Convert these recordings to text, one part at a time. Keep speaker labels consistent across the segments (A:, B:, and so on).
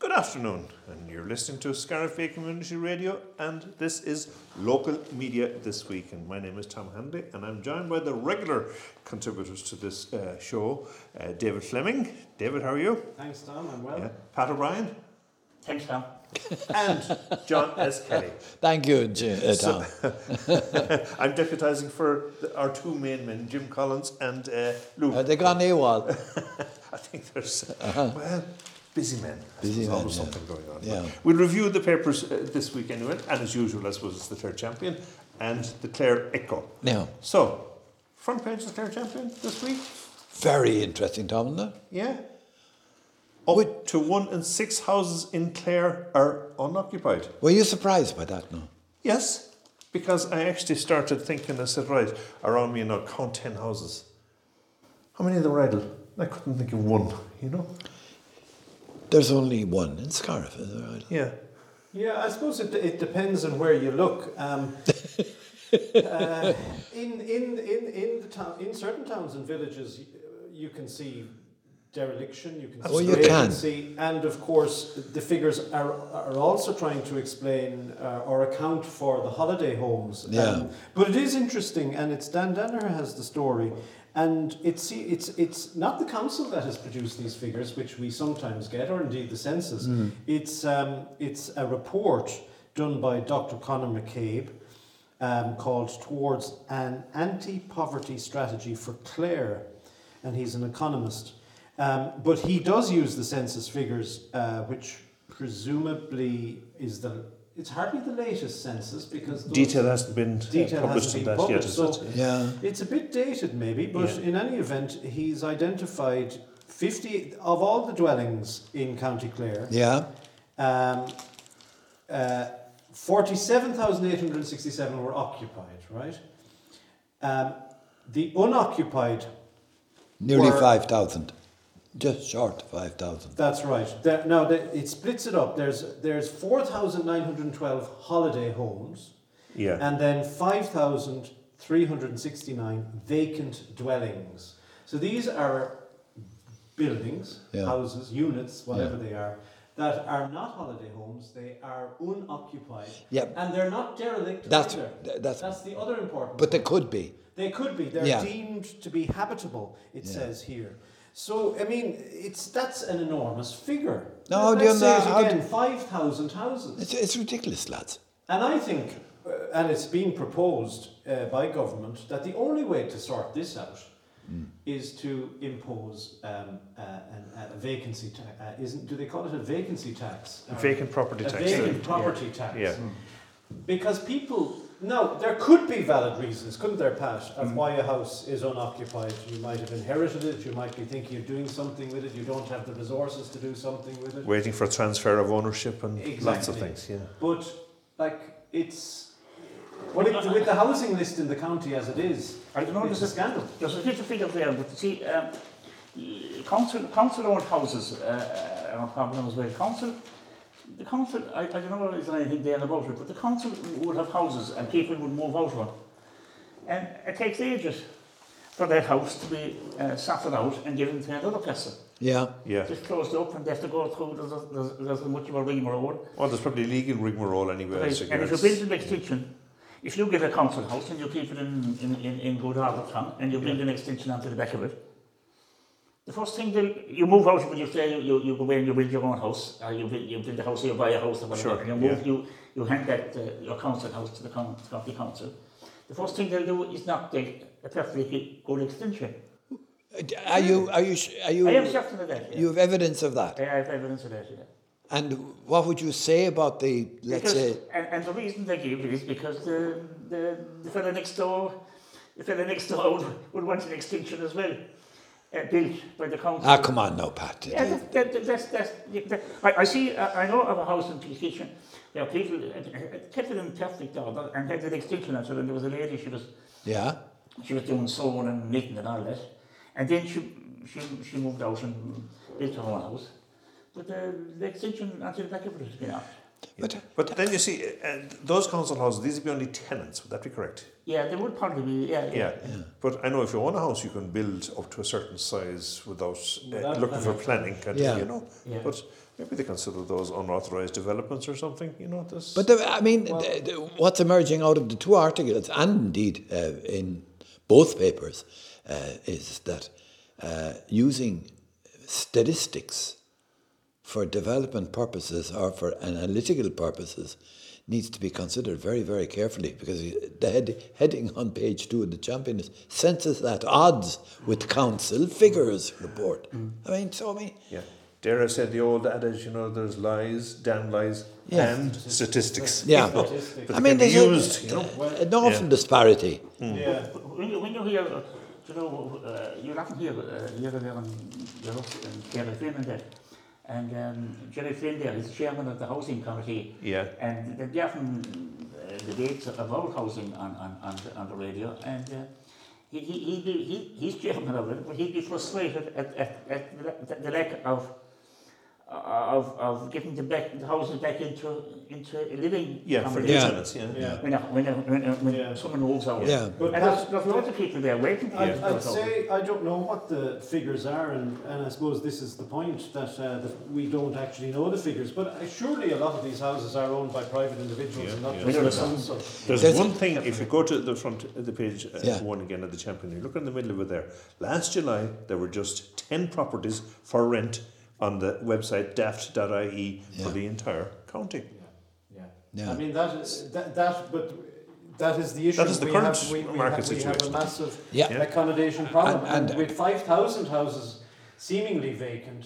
A: Good afternoon, and you're listening to Scariff Community Radio, and this is Local Media This Week. And my name is Tom Handy, and I'm joined by the regular contributors to this uh, show uh, David Fleming. David, how are you?
B: Thanks, Tom. I'm well.
A: Yeah. Pat O'Brien
C: Thanks, Tom.
A: and John S. Kelly.
D: Thank you, J- uh, Tom.
A: I'm deputising for the, our two main men, Jim Collins and uh, Luke.
D: Have they gone AWOL?
A: I think there's well, busy men. I
D: Uh-huh. Busy
A: suppose always
D: men, yeah.
A: something going on.
D: Yeah.
A: We'll review the papers uh, this week anyway, and as usual, I suppose it's the Clare Champion and the Clare Echo.
D: No.
A: So, front page of the Clare Champion this week,
D: Very interesting, Tom, isn't it?
A: yeah. Up to one in six houses in Clare are unoccupied.
D: Were you surprised by that? No.
A: Yes, because I actually started thinking, I said, right, around me now, count 10 houses. How many of them are idle? I couldn't think of one, you know?
D: There's only one in Scariff, is there? Right?
A: Yeah.
B: Yeah, I suppose it, it depends on where you look. Um, uh, in, in, in, in, the town, in certain towns and villages, y- you can see dereliction, you can
D: Well,
B: see
D: Oh, you can.
B: vacancy, and of course, the figures are, are also trying to explain uh, or account for the holiday homes. Um,
D: Yeah.
B: but it is interesting, and it's Dan Danner has the story. And it's, it's, it's not the council that has produced these figures, which we sometimes get, or indeed the census. It's, um, it's a report done by Dr. Conor McCabe um, called Towards an Anti Poverty Strategy for Clare. And he's an economist. Um, but he does use the census figures, uh, which presumably is the. It's hardly the latest census because those-
A: Detail hasn't been uh,
B: Detail hasn't
A: published on
B: been
A: that yet,
B: published,
A: is
B: so-
A: it?
D: Yeah.
B: It's a bit dated, maybe, but
A: Yeah.
B: in any event, he's identified 50 of all the dwellings in County Clare,
D: Yeah.
B: um, uh, 47,867 were occupied, right? Um, the unoccupied,
D: Nearly
B: Or-
D: 5,000. Just short of 5,000.
B: that's right. There, now, the, it splits it up. There's, there's 4,912 holiday homes.
A: Yeah.
B: and then 5,369 vacant dwellings. So these are buildings,
D: Yeah.
B: houses, units, whatever
D: Yeah.
B: they are, that are not holiday homes, they are unoccupied.
D: Yeah.
B: And they're not derelict
D: That's-
B: either.
D: th- that's-
B: the other important
D: But they
B: point.
D: could be.
B: They could be. They're
D: Yeah.
B: deemed to be habitable. It
D: Yeah.
B: says here. So I mean, it's that's an enormous figure.
D: No,
B: Let-
D: do you
B: let's say
D: know
B: it
D: how
B: again. Five thousand houses.
D: It's, it's ridiculous, lads.
B: And I think, uh, and it's been proposed uh, by government, that the only way to sort this out is to impose um, uh, an, a vacancy tax. Uh, isn't do they call it a vacancy tax? Or
A: Vacant property
B: a
A: tax.
B: vacant
A: yeah.
B: property tax.
A: Yeah.
B: Because people now there could be valid reasons, couldn't there, Pat,
A: Hmm.
B: of why a house is unoccupied. You might have inherited it. You might be thinking of doing something with it. You don't have the resources to do something with it.
A: Waiting for transfer of ownership and lots of
B: Exactly.
A: things. Yeah.
B: But like it's with, with the housing list in the county as it is,
C: I don't know,
B: it's
C: does
B: a
C: it,
B: scandal.
C: there's a little figure there, but see, um, y- council, council owned houses uh, are a problem as well. Council, the council, I, I don't know whether there's anything there about it, but the council would have houses and people would move out of it. And it takes ages for that house to be uh, sorted out and given to another person.
D: Yeah.
A: Yeah.
C: Just closed up and they have to go through, there's, there's, there's much of a ring road.
A: Well, there's probably legal rigmarole anywhere.
C: Right,
A: as
C: and if you
A: regards-
C: build the next kitchen, if you get a council house and you keep it in, in, in, in good harbour town and you build an extension onto the back of it, the first thing that you move out when you say you, you, you go away and you build your own house, or you build, you build a house or you buy a house or whatever,
A: Sure,
C: and you move,
A: yeah.
C: you, you hand that uh, your council house to the coun- county council. The first thing they'll do is not take a perfectly good extension.
D: Are you, are you, sh- are you,
C: I am certain of that. Yeah.
D: you have evidence of that?
C: I have evidence of that. Yeah.
D: And what would you say about the, let's
C: because,
D: say,
C: and, and the reason they give it is because the, the, the fellow next door, the fellow next door would, would want an extinction as well, uh, built by the council.
D: ah, come on now, Pat.
C: yeah, that, that, that, that's, that's, that, I, I see, uh, I, I know of a house in Kilkitchen where people uh, uh, kept it in perfect order and had an extinction and so then there was a lady, she was,
D: Yeah.
C: she was doing sewing and knitting and all that. And then she, she, she moved out and built her own house. But the, the extension until the back of it has been out.
D: But
A: But then you see, uh, uh, those council houses, these would be only tenants, would that be correct?
C: Yeah, they would probably be, yeah.
A: Yeah. But I know if you own a house, you can build up to a certain size without, uh,
B: Without
A: looking for planning,
B: planning.
A: kind of,
D: Yeah.
A: you know.
C: Yeah.
A: But Maybe they consider those unauthorised developments or something. You know this.
D: But the, I mean, the, the, what's emerging out of the two articles, and indeed uh, in both papers, uh, is that uh, using statistics for development purposes or for analytical purposes needs to be considered very, very carefully because the head, heading on page two of the champion is census at odds with council figures report.
A: Mm.
D: I mean, so I mean,
A: yeah, dare I say the old adage? You know, there's lies, damn lies,
D: Yeah.
A: and statistics.
D: yeah.
A: You know, but they
D: I
A: can
D: mean,
A: be
D: there's a-
A: used. you know.
D: an awful
A: Yeah.
D: disparity.
C: Mm.
B: Yeah.
C: When you, when you hear, uh, you know, uh, you're often hear, uh, here and there on you're up in um, Jerry Flynn and that. And um, Jerry Flynn there is chairman of the housing committee.
A: Yeah.
C: And they- they often uh, debates about housing on, on, on, the, on the radio. And uh, he, he, he, be- he, he's chairman of it, but he'd be frustrated at, at, at the- the, the lack of uh, of, of getting the, back, the housing back into into a living
A: Yeah, for the
C: accommodation
D: Yeah.
A: tenants. Yeah.
B: Yeah.
C: when, when, when, when
B: Yeah.
C: someone moves out.
D: Yeah.
B: But
C: and there's, there's lots of people there waiting for you.
B: I'd,
C: to
B: I'd
C: go.
B: say I don't know what the figures are, and, and I suppose this is the point that uh, the, we don't actually know the figures. But uh, surely a lot of these houses are owned by private individuals
A: Yeah,
B: and not
A: yeah.
C: We don't know.
B: just council.
A: There's,
D: There's-
A: one thing, if you go to the front of the page, uh,
D: Yeah.
A: one again of the champion, you look in the middle of it there. Last July, there were just 10 properties for rent on the website daft.ie E for
D: Yeah.
A: the entire county.
B: Yeah.
D: Yeah.
B: I mean that is that, that but that is the issue.
A: is the
B: we
A: current
B: have, we, we
A: market
B: have, We have a
A: situation.
B: massive
D: Yeah.
A: Yeah.
B: accommodation problem,
D: And- and-
B: and, with five thousand houses seemingly vacant.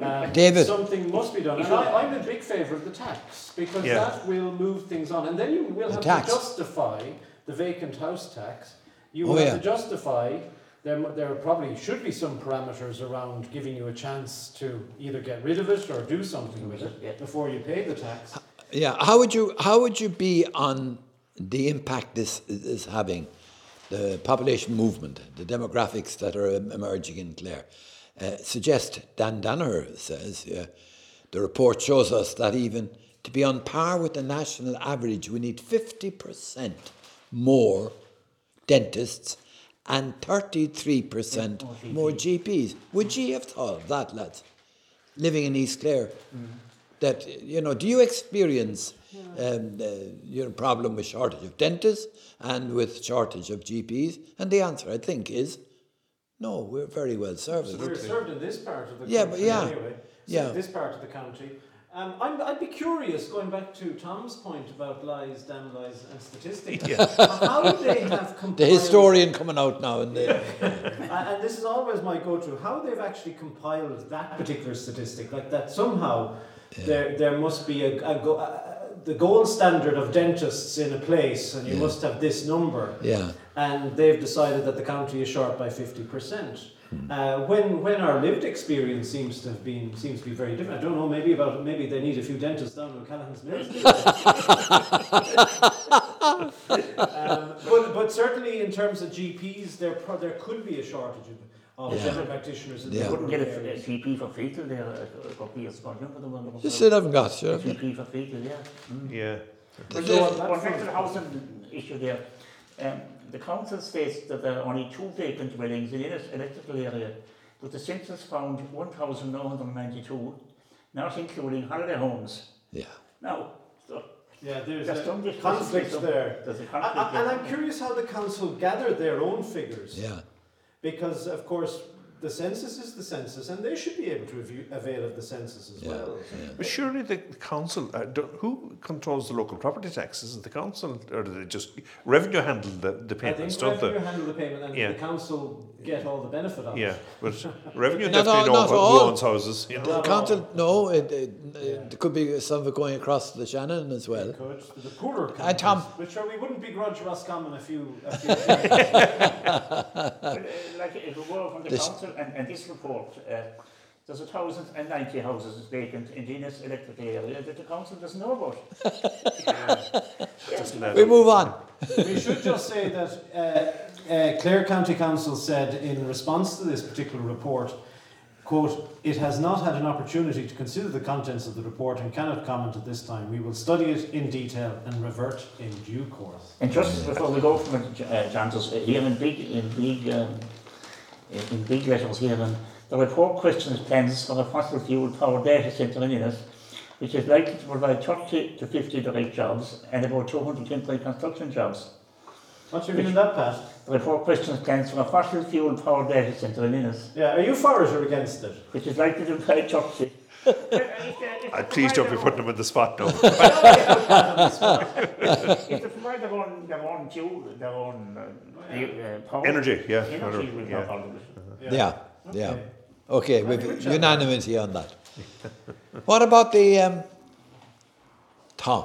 B: um,
D: David.
B: something must be done, and I, I'm a big favour of the tax because
A: Yeah.
B: that will move things on, and then you will
D: The
B: have
D: tax.
B: to justify the vacant house tax. You
D: Oh,
B: will
D: yeah.
B: have to justify. There, mu- there probably should be some parameters around giving you a chance to either get rid of it or do something with it
C: Yeah.
B: before you pay the tax.
D: Yeah, how would you how would you be on the impact this is having, the population movement, the demographics that are em- emerging in Clare? Uh, suggest Dan Danner says uh, the report shows us that even to be on par with the national average, we need fifty percent more dentists and thirty three percent more GPs. Would you have thought of that, lads? Living in East Clare that you know do you experience um, uh, your problem with shortage of dentists and with shortage of gps and the answer i think is no we're very well serviced
B: We're served in this part of the
D: Yeah, but
B: country
D: yeah.
B: anyway. So
D: Yeah.
B: This part of the county. Um, I'm, I'd be curious, going back to Tom's point about lies, damn lies, and statistics, how they have compiled,
D: the historian coming out now and the,
B: and- and this is always my go-to, how they've actually compiled that particular statistic, like that somehow there, there must be a, a go, uh, the gold standard of dentists in a place, and you must have this number
D: yeah
B: and they've decided that the county is short by 50%.
D: Hmm.
B: Uh, when when our lived experience seems to have been seems to be very different. I don't know. Maybe about maybe they need a few dentists down in Callahan's Mills. um, but but certainly in terms of GPs, there pro- there could be a shortage of, of
D: Yeah.
B: general practitioners in
D: Yeah.
B: the
C: Couldn't
B: rural
C: get a, a
B: areas.
C: GP for fetal there a, a couple of years ago. Remember the one? that was-
D: you still haven't got
C: a
D: you haven't you?
C: GP for fetal, yeah.
A: Yeah.
C: But
D: the-
C: so what- what affects the housing issue there? Um, the council states that there are only two vacant dwellings in its electrical area, but the census found 1,992, not including holiday homes.
D: yeah
C: Now, so
B: Yeah, there's
C: there's some
B: a
C: discussion-
B: conflict there.
C: There's a
B: I,
C: conflict
B: I, and
C: there.
B: I'm curious how the council gathered their own figures.
D: yeah
B: because of course the census is the census and they should be able to review, avail of the census as
D: Yeah,
B: well
A: But surely the council, uh, don't, who controls the local property taxes? Is it the council, or do they just revenue handle the, the
B: I
A: payments,
B: think
A: don't
B: revenue
A: they?
B: handle the payment and
A: Yeah.
B: the council get all the benefit of
A: Yeah,
B: it.
A: but revenue
D: Not all-
A: definitely know
D: not
A: who
D: all.
A: owns houses. You know?
B: Not
D: council no it, it,
B: Yeah.
D: it could be some of it going across the shannon as
B: all.
D: well
B: Could, the poorer countries,
D: Uh, Tom.
B: which sure we wouldn't begrudge Roscommon a few, a few things.
C: Well, uh, like if it were from the
D: This-
C: council and, and this report, uh, there's a thousand and ninety houses vacant in Venus electric area that the council doesn't know about.
A: Doesn't add
D: we
A: up.
D: move on
B: we should just say that uh, uh, Clare County Council said in response to this particular report, quote, it has not had an opportunity to consider the contents of the report and cannot comment at this time. We will study it in detail and revert in due course.
C: And just before we go from it, J- uh, Chantos, uh, here in big, in big, um, in, in big letters here, um, There are four questions plans for a fossil fuel powered data centre in Innes, which is likely to provide 30 to 50 direct jobs and about 200 temporary construction jobs.
B: What you reading that, Pat?
C: There are four questions plans for a fossil fuel powered data centre in Innes,
B: Yeah, are you for it or against it?
C: which is likely to provide 30.
A: Uh, please don't be putting them in the spot now.
C: If they provide their own, their own fuel, their own uh, the, uh, power.
A: Energy, yeah.
C: Energy will
A: Yeah.
C: help out of it.
D: Yeah, yeah. Okay, we've unanimity on that. what about the um, Tom?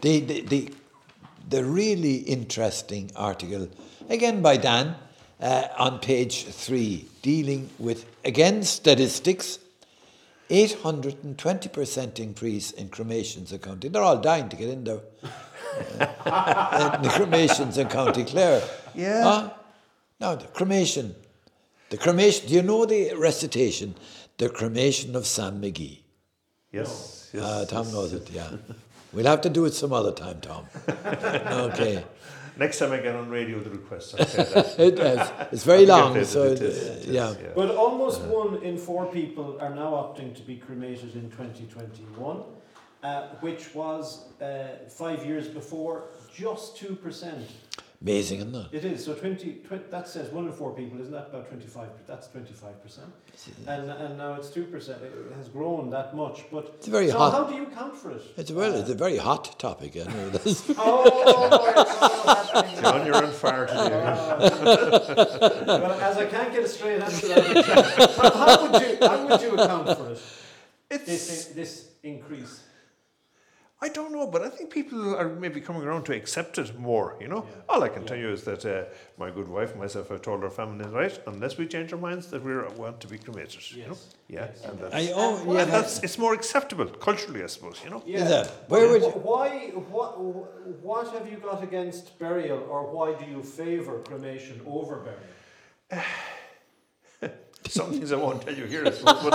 D: The, the the the really interesting article again by Dan uh, on page three, dealing with again statistics. 820% increase in cremations in County. They're all dying to get in there. Uh, in the cremations in County Clare.
A: Yeah.
D: Huh? No, the cremation. The cremation. Do you know the recitation? The cremation of Sam McGee.
A: Yes. yes.
D: Uh, Tom knows it. Yeah. We'll have to do it some other time, Tom. okay.
A: Next time I get on radio, the request. I'll say that.
D: It is. It's very long.
A: It is,
D: So
A: it is, it is,
D: yeah.
B: But almost one in four people are now opting to be cremated in 2021, uh, which was uh, five years before just 2%.
D: Amazing, isn't it?
B: It is. So 20, twen- that says one in four people, isn't that about 25? That's 25%. And, and now it's 2%. It has grown that much. But
D: It's very
B: so
D: hot.
B: how do you count for it?
D: It's a very, it's a very hot topic. I know this.
B: Oh, it's all happening.
A: John, you're on fire today.
B: well, as I can't get a straight answer, that how, how, would you, how would you account for it? This, this increase.
A: I don't know, but I think people are maybe coming around to accept it more, you know? All I can tell you is that uh, my good wife and myself have told our family, right, unless we change our minds, that we want to be cremated, you know?
B: Yes.
A: Yeah, and that's,
D: I, oh, yeah.
A: and that's, it's more acceptable culturally, I suppose, you know?
B: Yeah.
D: Is it? Where would you-
B: Wh- Why? What? What have you got against burial, or why do you favour cremation over burial?
A: Some things I won't tell you here, I suppose,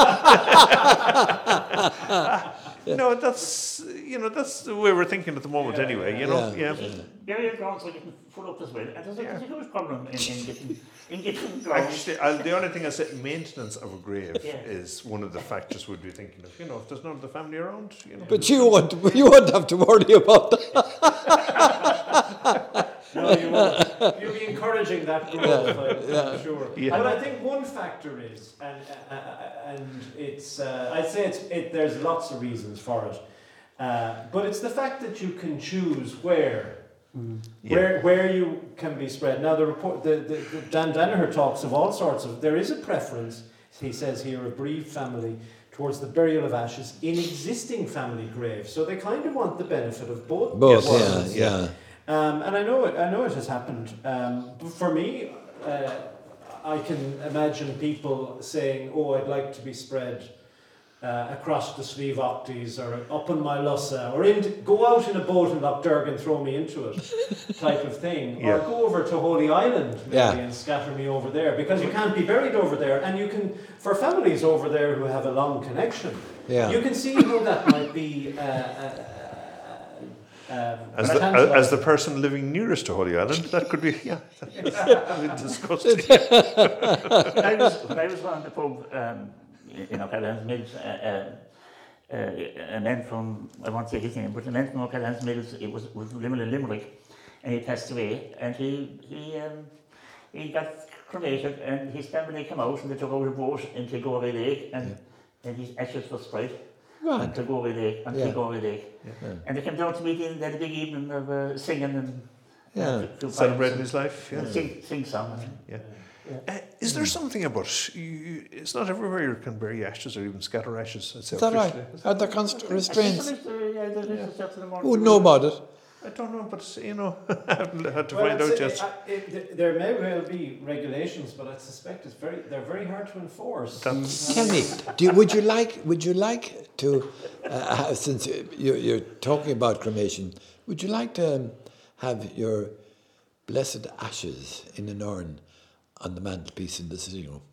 A: but no, that's, you know, that's the way we're thinking at the moment
B: Yeah,
A: anyway, you know?
D: yeah.
A: Yeah.
C: Burial grounds are getting full up as well, and there's a, there's a huge problem in, in getting, in getting grounds.
A: Actually, I, the only thing I said, maintenance of a grave
C: Yeah.
A: is one of the factors we'd be thinking of. You know, if there's none of the family around, you know.
D: But you won't, you won't have to worry about that.
B: No, you won't. You'll be encouraging that growth, I'm sure.
A: Yeah.
B: But I think one factor is, and uh, uh, and it's, uh, I'd say it's, it, there's lots of reasons for it, uh, but it's the fact that you can choose where. Where, where you can be spread. Now, the report, the, the, the Dan Danaher talks of all sorts of, there is a preference, he says here, a bereaved family towards the burial of ashes in existing family graves. So they kind of want the benefit of both.
D: Both, yeah,
B: worlds.
D: yeah.
B: Um, and I know it. I know it has happened. Um, but for me, uh, I can imagine people saying, "Oh, I'd like to be spread uh, across the Slieve Octies or up on my Lussa or in, go out in a boat in Loch Derg and throw me into it," type of thing. Or
A: Yeah.
B: go over to Holy Island maybe
D: Yeah.
B: and scatter me over there because you can't be buried over there, and you can for families over there who have a long connection.
D: Yeah.
B: You can see how that might be. Uh, uh, uh, um,
A: As the, as,
B: tantalising.
A: as the person living nearest to Holy Island, that could be, yeah, that's disgusting.
C: when I was when I was on the pub um, in O'Callaghan's Mills, uh, uh, uh, a man from I won't say his name, but a man from O'Callaghan's Mills, it was was living in Limerick, and he passed away, and he he um, he got cremated, and his family came out and they took out a boat into Gory Lake, and and his ashes were spread.
D: Right.
C: Into Gory Lake, and
D: Yeah.
C: Gory Lake. And they came down to meet in they had a big evening of uh, singing and
D: Yeah.
C: and few
A: Celebrating
C: pints
A: his life,
C: and
A: yeah.
C: Sing, sing song.
A: yeah. Uh, is there something about you, you, it's not everywhere you can bury ashes or even scatter ashes? I'd say
D: Is that right?
A: officially.
D: Are there const- restraints?
C: I think there is, uh, yeah, there is a certain amount
D: Wouldn't
C: of-
D: know about it.
A: I don't know, but you know, I had to
B: Well,
A: find
B: I'd
A: out
B: say-
A: just.
B: I- it- th- there may well be regulations, but I suspect it's very they're very hard to enforce.
A: That's-
D: Tell me, do you, would you like? Would you like to? Uh, have- since you're, you're talking about cremation, would you like to um, have your blessed ashes in an urn on the mantelpiece in the sitting room?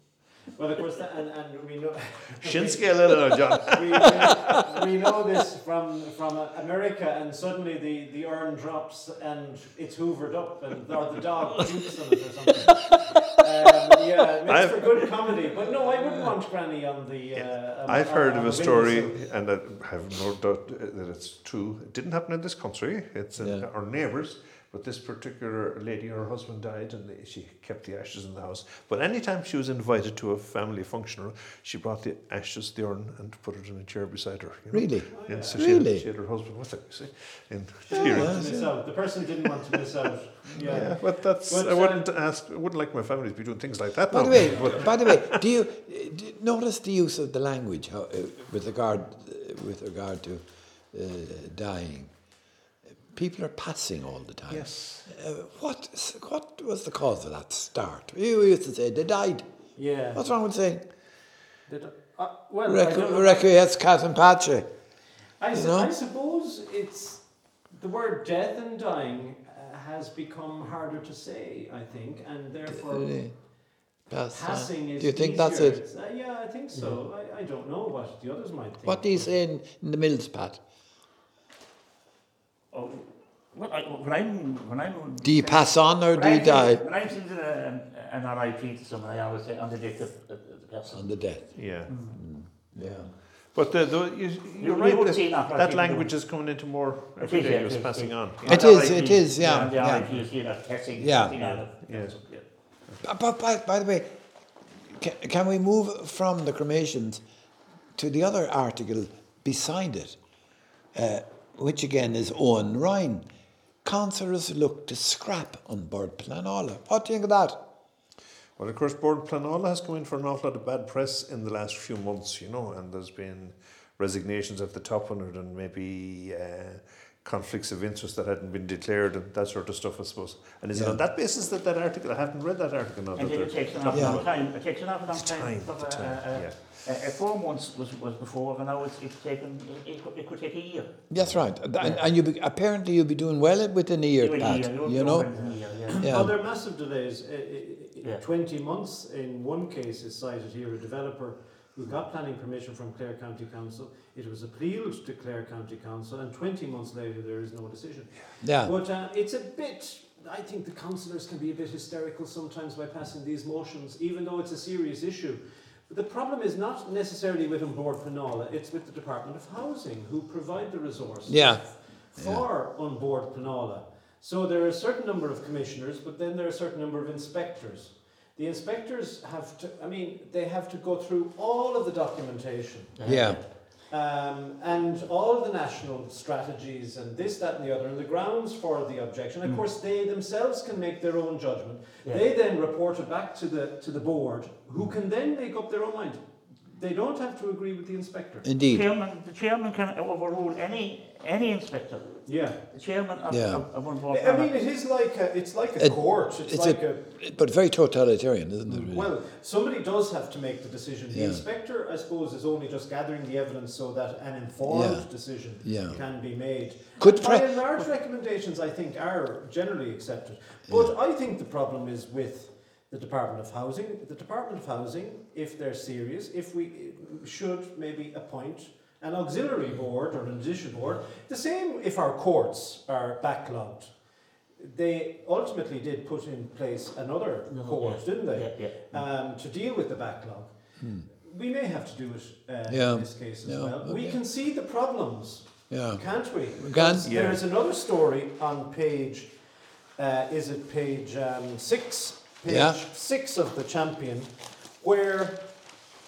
B: Well, of course, that, and, and we know.
A: Shinsuke Elena, John.
B: we, we, we know this from from uh, America, and suddenly the, the urn drops and it's hoovered up, and or the dog pukes on it or something. Um, yeah, it makes
A: I've-
B: for good comedy. But no, I wouldn't want Granny on the. Uh, um,
A: I've
B: on-
A: heard
B: on
A: of
B: the
A: a story,
B: windowsill.
A: and I have no doubt that it's true. It didn't happen in this country. It's in
D: Yeah.
A: our neighbours. But this particular lady, her husband died, and they- she kept the ashes in the house. But anytime she was invited to a family function, she brought the ashes, the urn, and put it in a chair beside her. you know.
D: Really?
A: And so she,
D: Really? Oh,
A: had, she had her husband with her. You see, in theory.
B: To miss out. The person didn't want to miss out. Yeah.
A: Yeah, but that's
B: But,
A: I
B: uh,
A: wouldn't ask. I wouldn't like my family to be doing things like that.
D: By
A: now.
D: the way, by the way, do you do you notice the use of the language how, uh, with regard uh, with regard to uh, dying? People are passing all the time.
A: yes,
D: Uh, what is- what was the cause of that start? You used to say they died.
B: Yeah.
D: What's wrong with saying
B: They don't- uh, well, I don't know.
D: requiescat in pace?
B: I, su-
D: know?
B: I suppose it's the word death and dying uh, has become harder to say, I think, and therefore passing is.
D: Uh, Do you think that's
B: easier.
D: it? Mm-hmm.
B: It's- uh, yeah, I think so. I, I don't know what the others might think.
D: What do you say in, in the mills, Pat?
C: Oh, well, I, when I'm when I'm
D: Do you pass on or
C: when
D: do you
C: I'm
D: die
C: When I'm sending a, an RIP to someone, I always say on the death of the, the person.
D: on the death?
A: yeah.
D: Yeah.
A: But the, the, you,
C: You-
D: Mm.
A: you're
C: you
A: right.
C: would
A: that-
C: see that, I
A: that
C: think,
A: language is coming into more every
C: is,
A: day.
C: yeah,
A: It's
C: it is,
A: passing
C: yeah.
A: on.
D: It
C: On the
D: is,
C: RIP,
D: it is, yeah,
C: The
D: yeah.
C: RIP is, you know, testing.
D: Yeah.
C: you know,
A: Yeah.
C: that's- yeah.
D: But, but by, by the way, can, can we move from the cremations to the other article beside it, uh, which again is Owen Ryan. Councillors look to scrap on board Planola. What do you think of that?
A: Well, of course, Board Planola has come in for an awful lot of bad press in the last few months, you know, and there's been resignations at the top on it and maybe uh, conflicts of interest that hadn't been declared and that sort of stuff, I suppose. And is it
D: Yeah.
A: on that basis that that article, I haven't read that article now,
C: And
A: that
C: then it
A: they're
C: takes an awful
D: Yeah.
C: long time. It takes an awful long
A: The time,
C: time.
A: the
C: But, uh,
A: time,
C: uh,
A: yeah.
C: Uh, uh, four months was, was before, and now it's, it's taken, it, it, could, it could take a year.
D: That's right. And, and you be, apparently you'll be doing well within a year,
C: Even a
D: Pat.
C: year,
D: you
C: don't
D: know?
C: win a year, yeah.
D: Yeah.
B: Well, there are massive delays. I- I- I-
C: Yeah.
B: 20 uh, months in one case is cited here. A developer who got planning permission from Clare County Council, it was appealed to Clare County Council, and 20 months later there is no decision.
D: Yeah.
B: But uh, it's a bit. I think the councillors can be a bit hysterical sometimes by passing these motions, even though it's a serious issue. But the problem is not necessarily with Board Planola, it's with the Department of Housing, who provide the resources
D: Yeah.
B: for on board Planola. So there are a certain number of commissioners, but then there are a certain number of inspectors. The inspectors have to, I mean, they have to go through all of the documentation
D: Yeah.
B: um, and all the national strategies and this, that, and the other, and the grounds for the objection. Of course, they themselves can make their own judgment.
C: Yeah.
B: They then report it back to the to the board, who can then make up their own mind. They don't have to agree with the inspector.
D: Indeed.
C: Chairman, the chairman can overrule any any inspector.
B: Yeah,
C: The chairman of,
D: Yeah.
C: of, of one board.
B: I mean, it is like a, it's like a
D: It-
B: court. It's,
D: It's
B: like a,
D: a, but very totalitarian, isn't it? really?
B: Well, somebody does have to make the decision. The
D: Yeah.
B: inspector, I suppose, is only just gathering the evidence so that an informed
D: Yeah.
B: decision
D: Yeah.
B: can be made.
D: Could
B: And by
D: pre-
B: and large, recommendations I think are generally accepted. But I think the problem is with the Department of Housing. The Department of Housing, if they're serious, if we should maybe appoint an auxiliary board or an addition board. The same if our courts are backlogged. They ultimately did put in place another
C: Another,
B: court,
C: yeah.
B: didn't they?
C: Yeah, yeah.
B: um, to deal with the backlog. We may have to do it uh,
D: Hmm. Yeah.
B: in this case as
D: Yeah,
B: well. We
D: okay.
B: can see the problems,
D: yeah.
B: can't we?
D: can,
B: Because
A: yeah.
B: There is another story on page, uh, is it page um, six? Page
D: Yeah.
B: six of the champion, where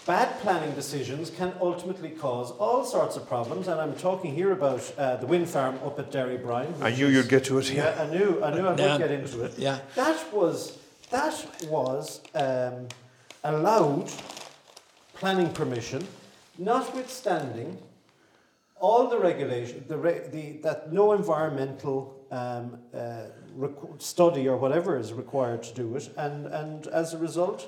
B: bad planning decisions can ultimately cause all sorts of problems. And I'm talking here about uh, the wind farm up at Derry Bryan.
A: I
C: uh,
B: which
A: knew
B: is-
A: you'd get to it. Yeah.
B: yeah, I knew, I knew I would
D: Yeah.
B: get into it.
D: Yeah.
B: That was that was um, allowed planning permission, notwithstanding all the regulation, the, re- the that no environmental um, uh, requ- study or whatever is required to do it, and and as a result.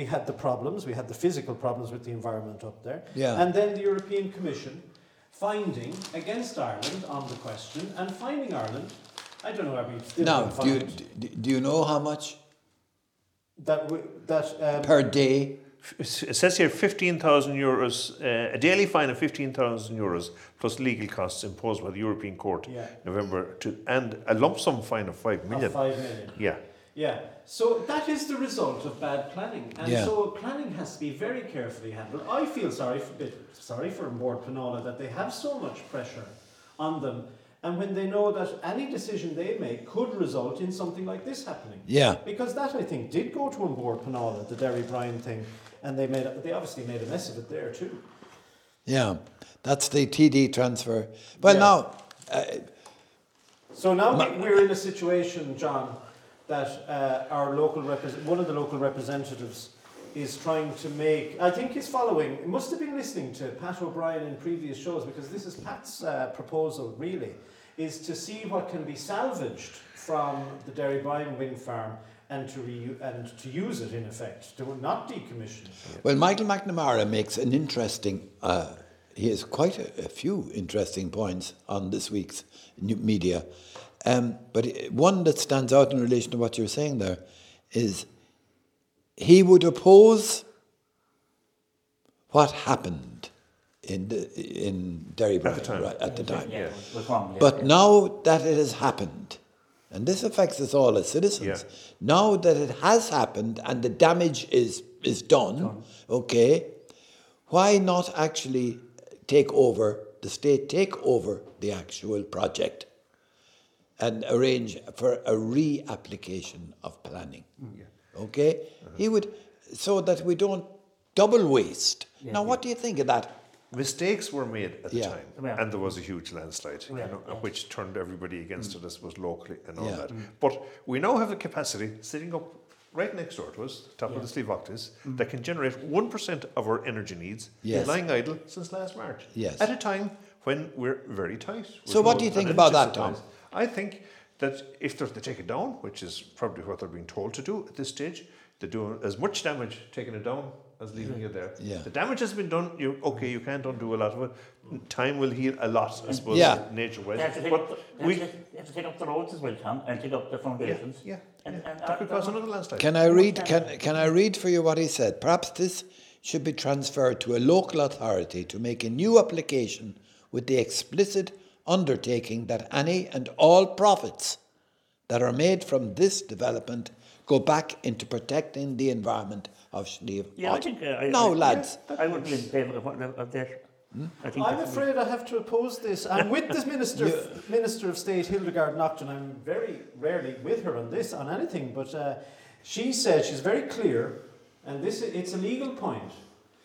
B: We had the problems, we had the physical problems with the environment up there.
D: Yeah.
B: And then the European Commission finding against Ireland on the question and finding Ireland, I don't know, are we still
D: Now,
B: in
D: do you,
B: fines?
D: do do you know how much
B: that we, that um,
D: per day
A: it says here 15,000 euros, uh, a daily fine of 15,000 euros plus legal costs imposed by the European Court
B: Yeah.
A: November to, and a lump sum fine of 5
B: Of
A: million.
B: five million.
A: Yeah.
B: Yeah. So that is the result of bad planning, and
D: Yeah.
B: so planning has to be very carefully handled. I feel sorry for bit sorry for Board Panola that they have so much pressure on them, and when they know that any decision they make could result in something like this happening.
D: Yeah.
B: Because that I think did go to Board Panola, the Derry Bryan thing, and they made they obviously made a mess of it there too.
D: Yeah, that's the TD transfer. Well,
B: Yeah.
D: now
B: So now we- we're in a situation, John, that uh, our local repres one of the local representatives is trying to make. I think he's following. He must have been listening to Pat O'Brien in previous shows because this is Pat's uh, proposal. Really, is to see what can be salvaged from the Derry Bryan wind farm and to reu- and to use it in effect to not decommission. it.
D: Well, Michael McNamara makes an interesting, uh, he has quite a, a few interesting points on this week's new media. Um, but i- one that stands out in relation to what you're saying there is he would oppose what happened in, the, in Derry Bryan,
A: time.
D: right, at the time.
C: Yeah, with Cromwell, yeah.
D: But now that it has happened, and this affects us all as citizens,
A: Yeah.
D: now that it has happened and the damage is, is done, okay, why not actually take over, the state take over the actual project and arrange for a reapplication of planning? Okay? He would, so that we don't double waste. now, what do you think of that?
A: Mistakes were made at the
D: Yeah.
A: time,
C: Yeah.
A: and there was a huge landslide, you
C: Yeah. Mm.
A: know, which turned everybody against it, I suppose, locally and all
D: Yeah.
A: that. But we now have the capacity sitting up right next door to us, top of the sleeve octaves,
C: Mm.
A: that can generate 1% of our energy needs
D: Yes.
A: lying idle since last March.
D: Yes.
A: At a time when we're very tight. with
D: So what
A: low
D: do you think
A: energy
D: about that,
A: supplies.
D: Tom?
A: I think that if they're to take it down, which is probably what they're being told to do at this stage, they're doing as much damage taking it down as leaving it there.
D: Yeah.
A: The damage has been done. You okay? You can't undo a lot of it. Time will heal a lot, I suppose.
D: Yeah.
A: Nature
C: They have to
A: wise,
C: take up
A: but
C: the-
A: we.
C: they have to take- they have to take up the roads as well, Tom, and take up the
A: Yeah,
C: foundations.
A: yeah.
C: And-
A: yeah.
C: and-
A: that could cause another landslide.
D: Can I read? Can Can I read for you what he said? Perhaps this should be transferred to a local authority to make a new application with the explicit undertaking that any and all profits that are made from this development go back into protecting the environment of Schneev.
C: Yeah, I think, uh, I-
D: no,
C: I-
D: lads.
C: I would be in favour of, what- of that. I think
B: I'm
C: that's-
B: afraid I have to oppose this. I'm with this minister, minister of state Hildegard Nocton. I'm very rarely with her on this on anything, but uh, she said she's very clear, and this it's a legal point.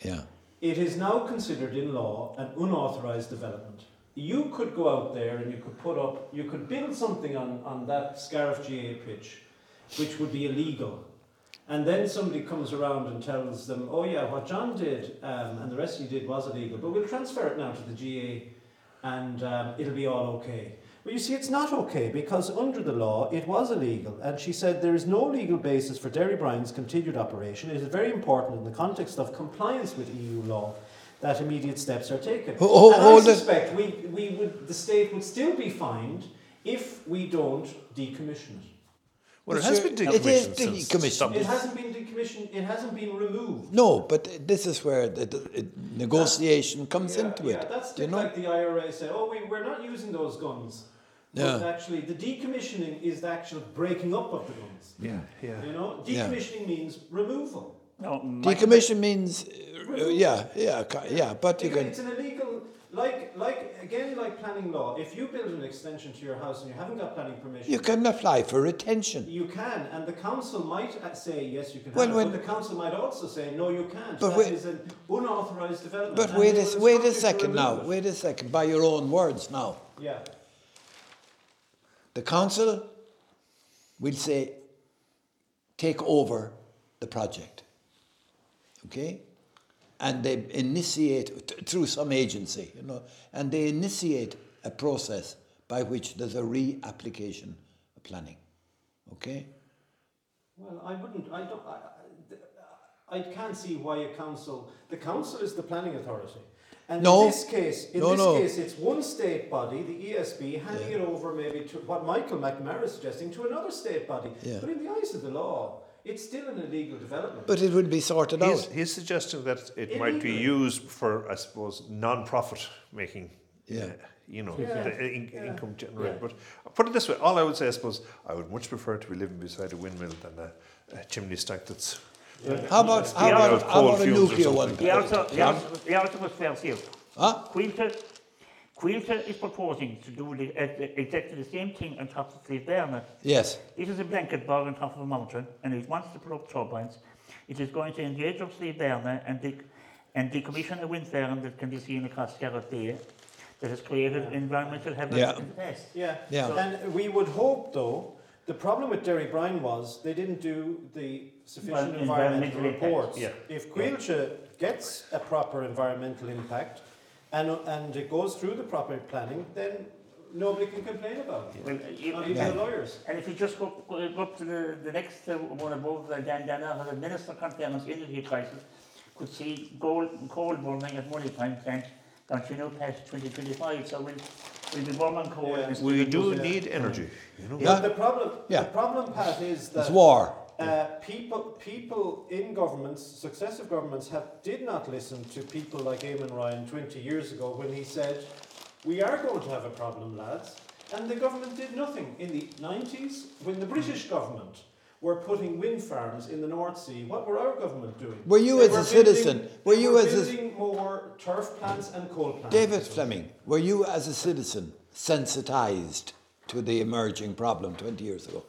D: Yeah.
B: It is now considered in law an unauthorized development. You could go out there and you could put up, you could build something on, on that Scariff GA pitch, which would be illegal. And then somebody comes around and tells them, oh yeah, what John did um, and the rest you did was illegal, but we'll transfer it now to the GA and um, it'll be all okay. Well, you see, it's not okay because under the law it was illegal. And she said there is no legal basis for Derry Bryan's continued operation. It is very important in the context of compliance with EU law that immediate steps are taken.
D: Ho- ho-
B: and
D: hold
B: I
D: it.
B: suspect we, we would, the state would still be fined if we don't decommission it.
A: Well, it
D: But
A: has
D: sir,
A: been
D: it is
A: decommissioned. since
D: decommissioned.
A: some-
B: It hasn't been decommissioned, it hasn't been removed.
D: No, but this is where the, the the negotiation comes
B: Yeah,
D: into
B: yeah,
D: it.
B: that's
D: do you
B: just
D: know?
B: like the IRA said, oh, we, we're not using those guns. But
D: Yeah.
B: actually, the decommissioning is the actual breaking up of the guns.
A: Yeah, yeah.
B: You know,
D: Yeah.
B: decommissioning means removal.
C: No, my-
D: Decommission means, uh, yeah, yeah, ca- yeah. But you
B: Because
D: can,
B: It's an illegal, like, like again, like planning law. If you build an extension to your house and you haven't got planning permission,
D: you can apply for retention.
B: You can, and the council might uh, say yes, you can.
D: Well,
B: have
D: when-
B: it, but the council might also say no, you can't.
D: But
B: That
D: wait-
B: is an unauthorized development.
D: But
B: and
D: wait
B: they
D: a,
B: will
D: wait a
B: instruct you to
D: second now,
B: remove it.
D: wait a second, by your own words now.
B: Yeah.
D: The council will say, take over the project. Okay? And they initiate, th- through some agency, you know, and they initiate a process by which there's a reapplication of planning. Okay?
B: Well, I wouldn't. I don't. I, I I can't see why a council. The council is the planning authority, and
D: No.
B: in this case, in
D: No,
B: this
D: no.
B: case, it's one state body, the ESB, handing it over maybe to what Michael McNamara is suggesting to another state body.
D: Yeah.
B: But in the eyes of the law, It's still an illegal development.
D: But it would be sorted
A: He's,
D: out.
A: he's suggesting that it might be used for, I suppose, non-profit making.
D: Yeah.
A: uh, you know,
B: Yeah.
A: the in-
B: Yeah.
A: income generated.
B: Yeah.
A: But put it this way: all I would say, I suppose, I would much prefer to be living beside a windmill than a, a chimney stack that's.
D: How about, how
C: out
D: about,
A: of
D: how
A: coal
D: about a
A: fumes or
D: nuclear one?
A: something.
C: The author, the
D: Yeah.
C: author, the author was fair here.
D: Huh?
C: Quilter, Quilter is proposing to do the, uh, the- exactly the same thing on top of St. Bernard.
D: Yes.
C: This is a blanket ball on top of a mountain, and it wants to put up turbines. It is going to engage up St. Bernard and, de- and decommission a wind farm that can be seen across Carrot Bay that has created environmental havoc
D: Yeah.
C: in the past.
B: Yeah.
D: Yeah.
B: So- And we would hope, though, the problem with Derry Brine was they didn't do the sufficient
C: Well,
B: environmental
C: environmental impact,
B: reports.
A: yeah.
B: If Quilche gets a proper environmental impact and, and it goes through the proper planning, then nobody can complain about it.
C: Well, you-
B: Not even
D: Yeah.
B: the lawyers.
C: And if you just go, go, go up to the, the next uh, one above the Dan Danner, the Minister Conference Energy Crisis, could see gold, coal burning at Mullypine plant continue past 2025. So we'll, we'll be warm on coal.
B: Yeah.
C: instead
A: We
C: of
A: do
C: using-
A: need energy, you know.
D: Yeah.
B: The problem,
D: Yeah.
B: the problem, Pat, is that
D: It's war.
B: Uh, people, people in governments, successive governments, have did not listen to people like Eamon Ryan 20 years ago when he said, "We are going to have a problem, lads," and the government did nothing. In the 90s, when the British government were putting wind farms in the North Sea, what were our government doing?
D: Were you
B: They
D: as a
B: building-
D: citizen-
B: they
D: were you as a-
B: building more turf plants and coal plants?
D: David Fleming, were you as a citizen sensitized to the emerging problem 20 years ago?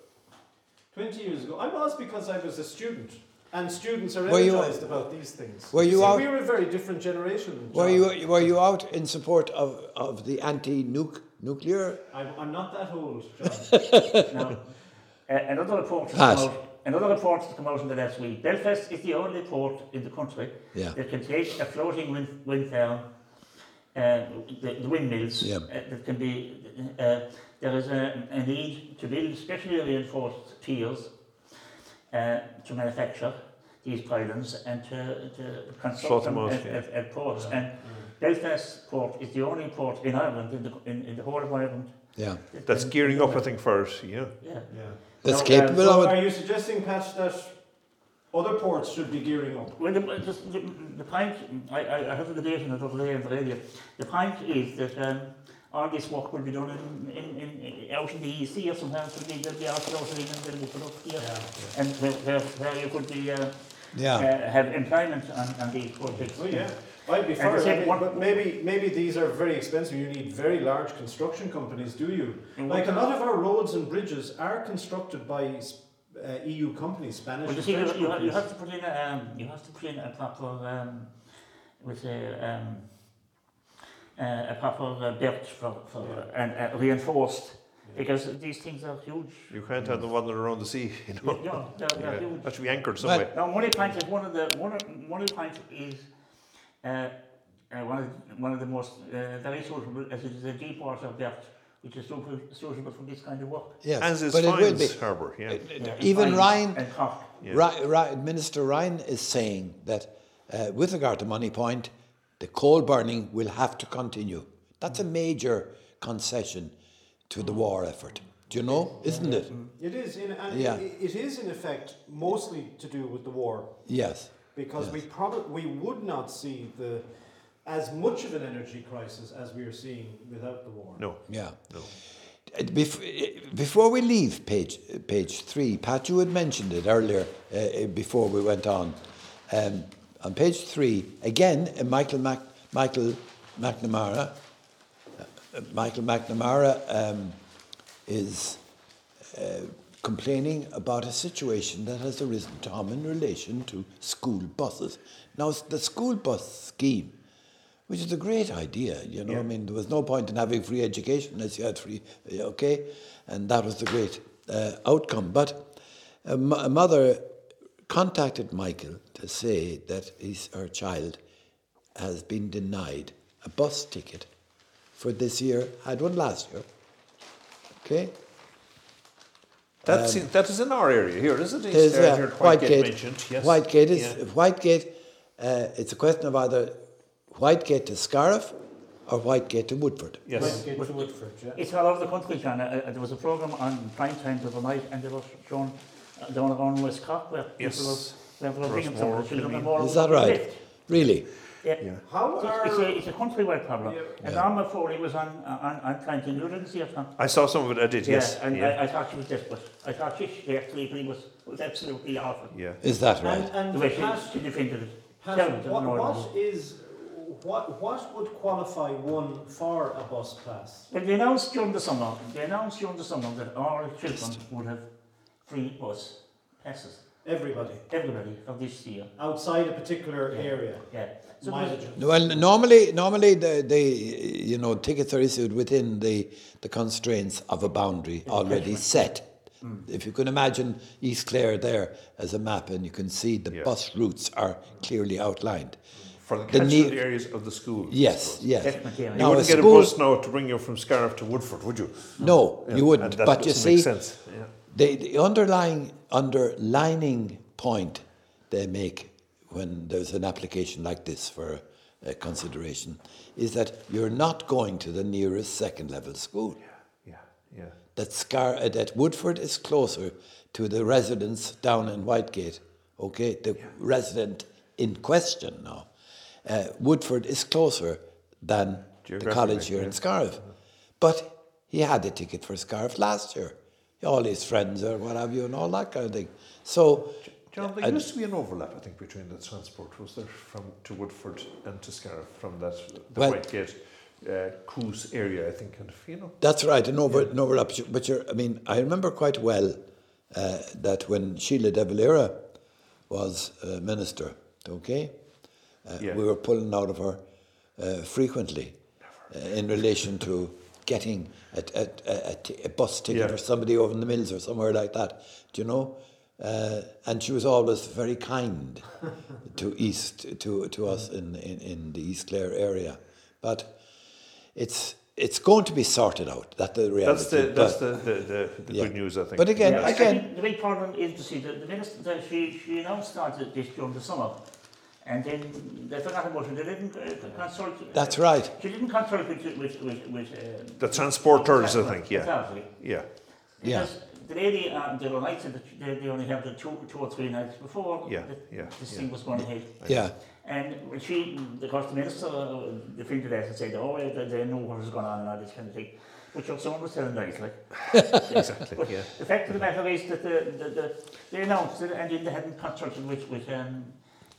B: 20 years ago. I was because I was a student. And students are
D: Were you-
B: energized about these things.
D: Were you
B: See,
D: out-
B: we were a very different generation.
D: Were
B: John.
D: you, were you out in support of, of the anti nuke nuclear?
B: I'm, I'm not that old, John.
C: Now, uh, another report has
D: Pass.
C: come out. Another report has come out in the last week. Belfast is the only port in the country
D: Yeah.
C: that can take a floating wind, wind farm, uh, the, the windmills
D: Yeah.
C: uh, that can be. Uh, there is a, a need to build specially reinforced piers uh, to manufacture these pylons and to, to construct
A: Sort
C: them
A: them out,
C: at,
A: yeah.
C: at, at ports. And Belfast port is the only port in Ireland, in the, in, in the whole of Ireland.
D: Yeah.
C: that
A: That's
C: can-
A: gearing up, I think, for it, you know.
C: Yeah.
B: yeah.
D: That's
C: No,
D: capable
B: So
D: of it.
B: are you suggesting, Pat, that other ports should be gearing up?
C: Well, the, the, the, the point, I, I I had a debate on it the other day on the radio. The point is that um, all this work will be done in, in, in, out in the EC or sometimes it'll be, they'll be out out in England, they'll be put up here. And where, where, where you could be, uh,
D: Yeah.
C: uh, have employment on, on these projects.
B: Oh, yeah. I'd be
C: And
B: for
C: the
B: it. I
C: second
B: mean,
C: one-
B: but maybe, maybe these are very expensive. You need very large construction companies, do you?
C: And
B: Like a
C: what-
B: lot of our roads and bridges are constructed by uh, EU companies, Spanish
C: Well, you
B: and
C: see, you,
B: French
C: you, have, you
B: companies.
C: have to put in a, um, you have to put in a proper, um, with a, um, uh, a proper uh, belt for, for and uh, reinforced, because these things are huge.
A: You can't have them
D: Mm.
A: wandering around the sea, you know.
C: Yeah, they're, they're
A: Yeah.
C: huge.
A: That should be anchored somewhere.
C: Now, Money Pint is one of the one of, Money Pint is uh, uh, one of one of the most uh, very suitable as it is a deep water depth, which is suitable, suitable for this kind of work.
D: Yes.
A: As is
D: but it will be.
A: Fines Harbour, yeah.
D: Even
C: Fines
D: Ryan-
C: and Cork.
A: Yeah.
D: Ri- Ri- Minister Ryan is saying that uh, with regard to Money Point, the coal burning will have to continue. That's a major concession to the war effort. Do you know? Isn't it?
B: It is, in, and
D: Yeah.
B: it, it is in effect mostly to do with the war
D: Yes.
B: because we probably we would not see the as much of an energy crisis as we are seeing without the war.
A: No.
D: Yeah.
A: No.
D: Uh, bef- uh, Before we leave page uh, page three, Pat, you had mentioned it earlier uh, uh, before we went on. Um, on page three, again, uh, Michael Mac- Michael McNamara. uh, uh, Michael McNamara um, is uh, complaining about a situation that has arisen, Tom, in relation to school buses. Now, s- the school bus scheme, which is a great idea, you know, I mean, there was no point in having free education unless you had free, yeah, okay, and that was the great uh, outcome. But a, mo- a mother contacted Michael to say that his, her child has been denied a bus ticket for this year, had one last year, okay?
A: That's in, that is in our area here, isn't it?
D: There's
A: East
D: uh,
A: Area,
D: Whitegate.
A: mentioned, yes.
D: Whitegate is
A: Yeah.
D: Whitegate. Uh, it's a question of either Whitegate to Scariff or Whitegate to Woodford.
A: Yes.
B: Might get to Woodford, yeah.
C: It's all over the country, John. Uh, uh, there was a program on prime time the other night, and they were shown down around West Cork where
A: Yes.
C: people are- where people are bringing
A: Rossmore,
C: some children
A: Kilmeen.
C: more.
D: Is that right? Really?
C: Yeah.
A: Yeah.
B: How
C: It's, it's,
B: are
C: a, it's a countrywide problem.
B: Yeah.
C: And
D: Yeah.
C: Armour Foley was on, uh, on, on planting Newlands here. Tom.
A: I saw some of it. I did. Yes.
C: Yeah, and
A: yeah.
C: I, I thought she was desperate. I thought she, she actually really was, was absolutely awful.
A: yeah.
D: Is that
B: and,
D: right?
C: The
B: and
C: way she,
B: past,
C: she defended it. Terrible,
B: past,
C: didn't
B: what,
C: know it.
B: what is what what would qualify one for a bus pass?
C: Well, they announced during the summer, they announced during the summer that all children would have free bus passes.
B: Everybody
C: Everybody for this year.
B: outside a particular area.
C: Yeah. So it
B: Mileage.
C: was,
D: Well, normally, normally the, the you know tickets are issued within the, the constraints of a boundary already set.
A: Mm.
D: If you can imagine East Clare there as a map, and you can see the
A: Yeah.
D: bus routes are clearly outlined.
A: For the
D: The
A: catchment
D: need-
A: areas of the school.
D: Yes, yes.
C: Definitely, yeah.
A: You
D: Now, I
A: wouldn't get a
D: suppose-
A: bus now to bring you from Scariff to Woodford, would you?
D: No,
A: Yeah,
D: you
A: and
D: wouldn't.
A: that
D: But you
A: doesn't make
D: see,
A: sense. Yeah.
D: the, the underlying underlining point they make when there's an application like this for uh, consideration is that you're not going to the nearest second level school.
A: Yeah. Yeah.
D: that Scar uh, that Woodford is closer to the residents down in Whitegate. Okay, the resident in question now, uh, Woodford is closer than the
A: Geographically,
D: college here in Scariff, but he had a ticket for Scariff last year. All his friends or what have you and all that kind of thing. So,
A: John, there used to be an overlap, I think, between the transport, was there, from to Woodford and to Scariff, from that the
D: Well-
A: Whitegate uh, cruise area, I think, kind of, you know.
D: That's right, an over, an overlap. But you're, I mean, I remember quite well uh, that when Sheila de Valera was uh, minister, okay, uh,
A: Yeah.
D: we were pulling out of her uh, frequently uh, in relation to getting a, a, a, a, t- a bus ticket
A: Yeah.
D: or somebody over in the mills or somewhere like that, do you know? Uh, and she was always very kind to East to to us in, in, in the East Clare area, but it's it's going to be sorted out. That the reality.
A: That's the that's
D: but-
A: the, the, the, the
D: Yeah.
A: good news, I think.
D: But again,
C: Yeah, I
D: again,
C: think the big problem is to see that the minister that she she announced started this during the summer, and then they forgot about it. They didn't uh, consult.
D: that's right.
C: She didn't consult with with with, with uh,
A: the transporters, I think, yeah.
C: Exactly.
A: Yeah.
D: Yeah.
C: Because the lady um, they were nice that they, they only have the two two or three nights before.
A: Yeah,
C: the,
A: yeah,
C: This
A: yeah.
C: thing was going ahead.
D: Yeah,
C: And when she, of course, the minister uh, defended that and said, oh, they, they know what was going on and all this kind of thing. Which also someone was telling lies, like.
A: Exactly. Yeah.
C: The fact of the matter is that the, the, the, they announced it and then they hadn't consulted with, with, um,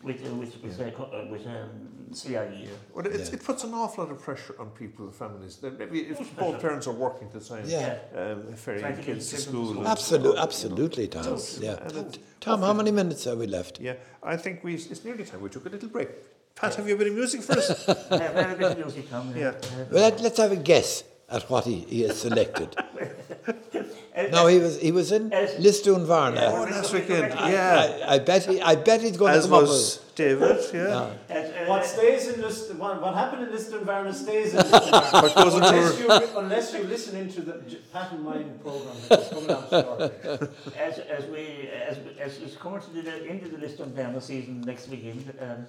C: with, uh, with, with, uh, co- uh, with um, CIE.
A: Well, it,
D: Yeah.
A: it puts an awful lot of pressure on people, families. That maybe if both parents are working to try and
D: Yeah.
A: um, ferrying
C: Trying to get
A: kids to
C: children to
A: school.
C: school.
A: and-
D: absolutely, absolutely, Tom. Yeah,
A: And it-
D: Tom, how many minutes have we left?
A: Yeah, I think we it's nearly time we took a little break. Pat, have you a bit of music for us?
C: Uh, very bit of music, Uh, Tom.
A: Yeah.
D: Well, let, let's have a guess at what he, he has selected.
C: uh,
D: no, he was he was in
C: As-
D: Listoon Varna.
A: oh, last weekend.
C: I-
A: Yeah.
D: I, I bet he, I bet he's going
A: As
D: to come
A: was David, yeah.
C: As, uh,
B: What stays in this, what, what happened in this environment stays in this environment.
A: But wasn't
B: unless,
A: there-
B: you, unless you listen into the J- Pat and Mine program that's coming out shortly.
C: as, as we as, as it's coming to the end of the list on down the season next weekend, um,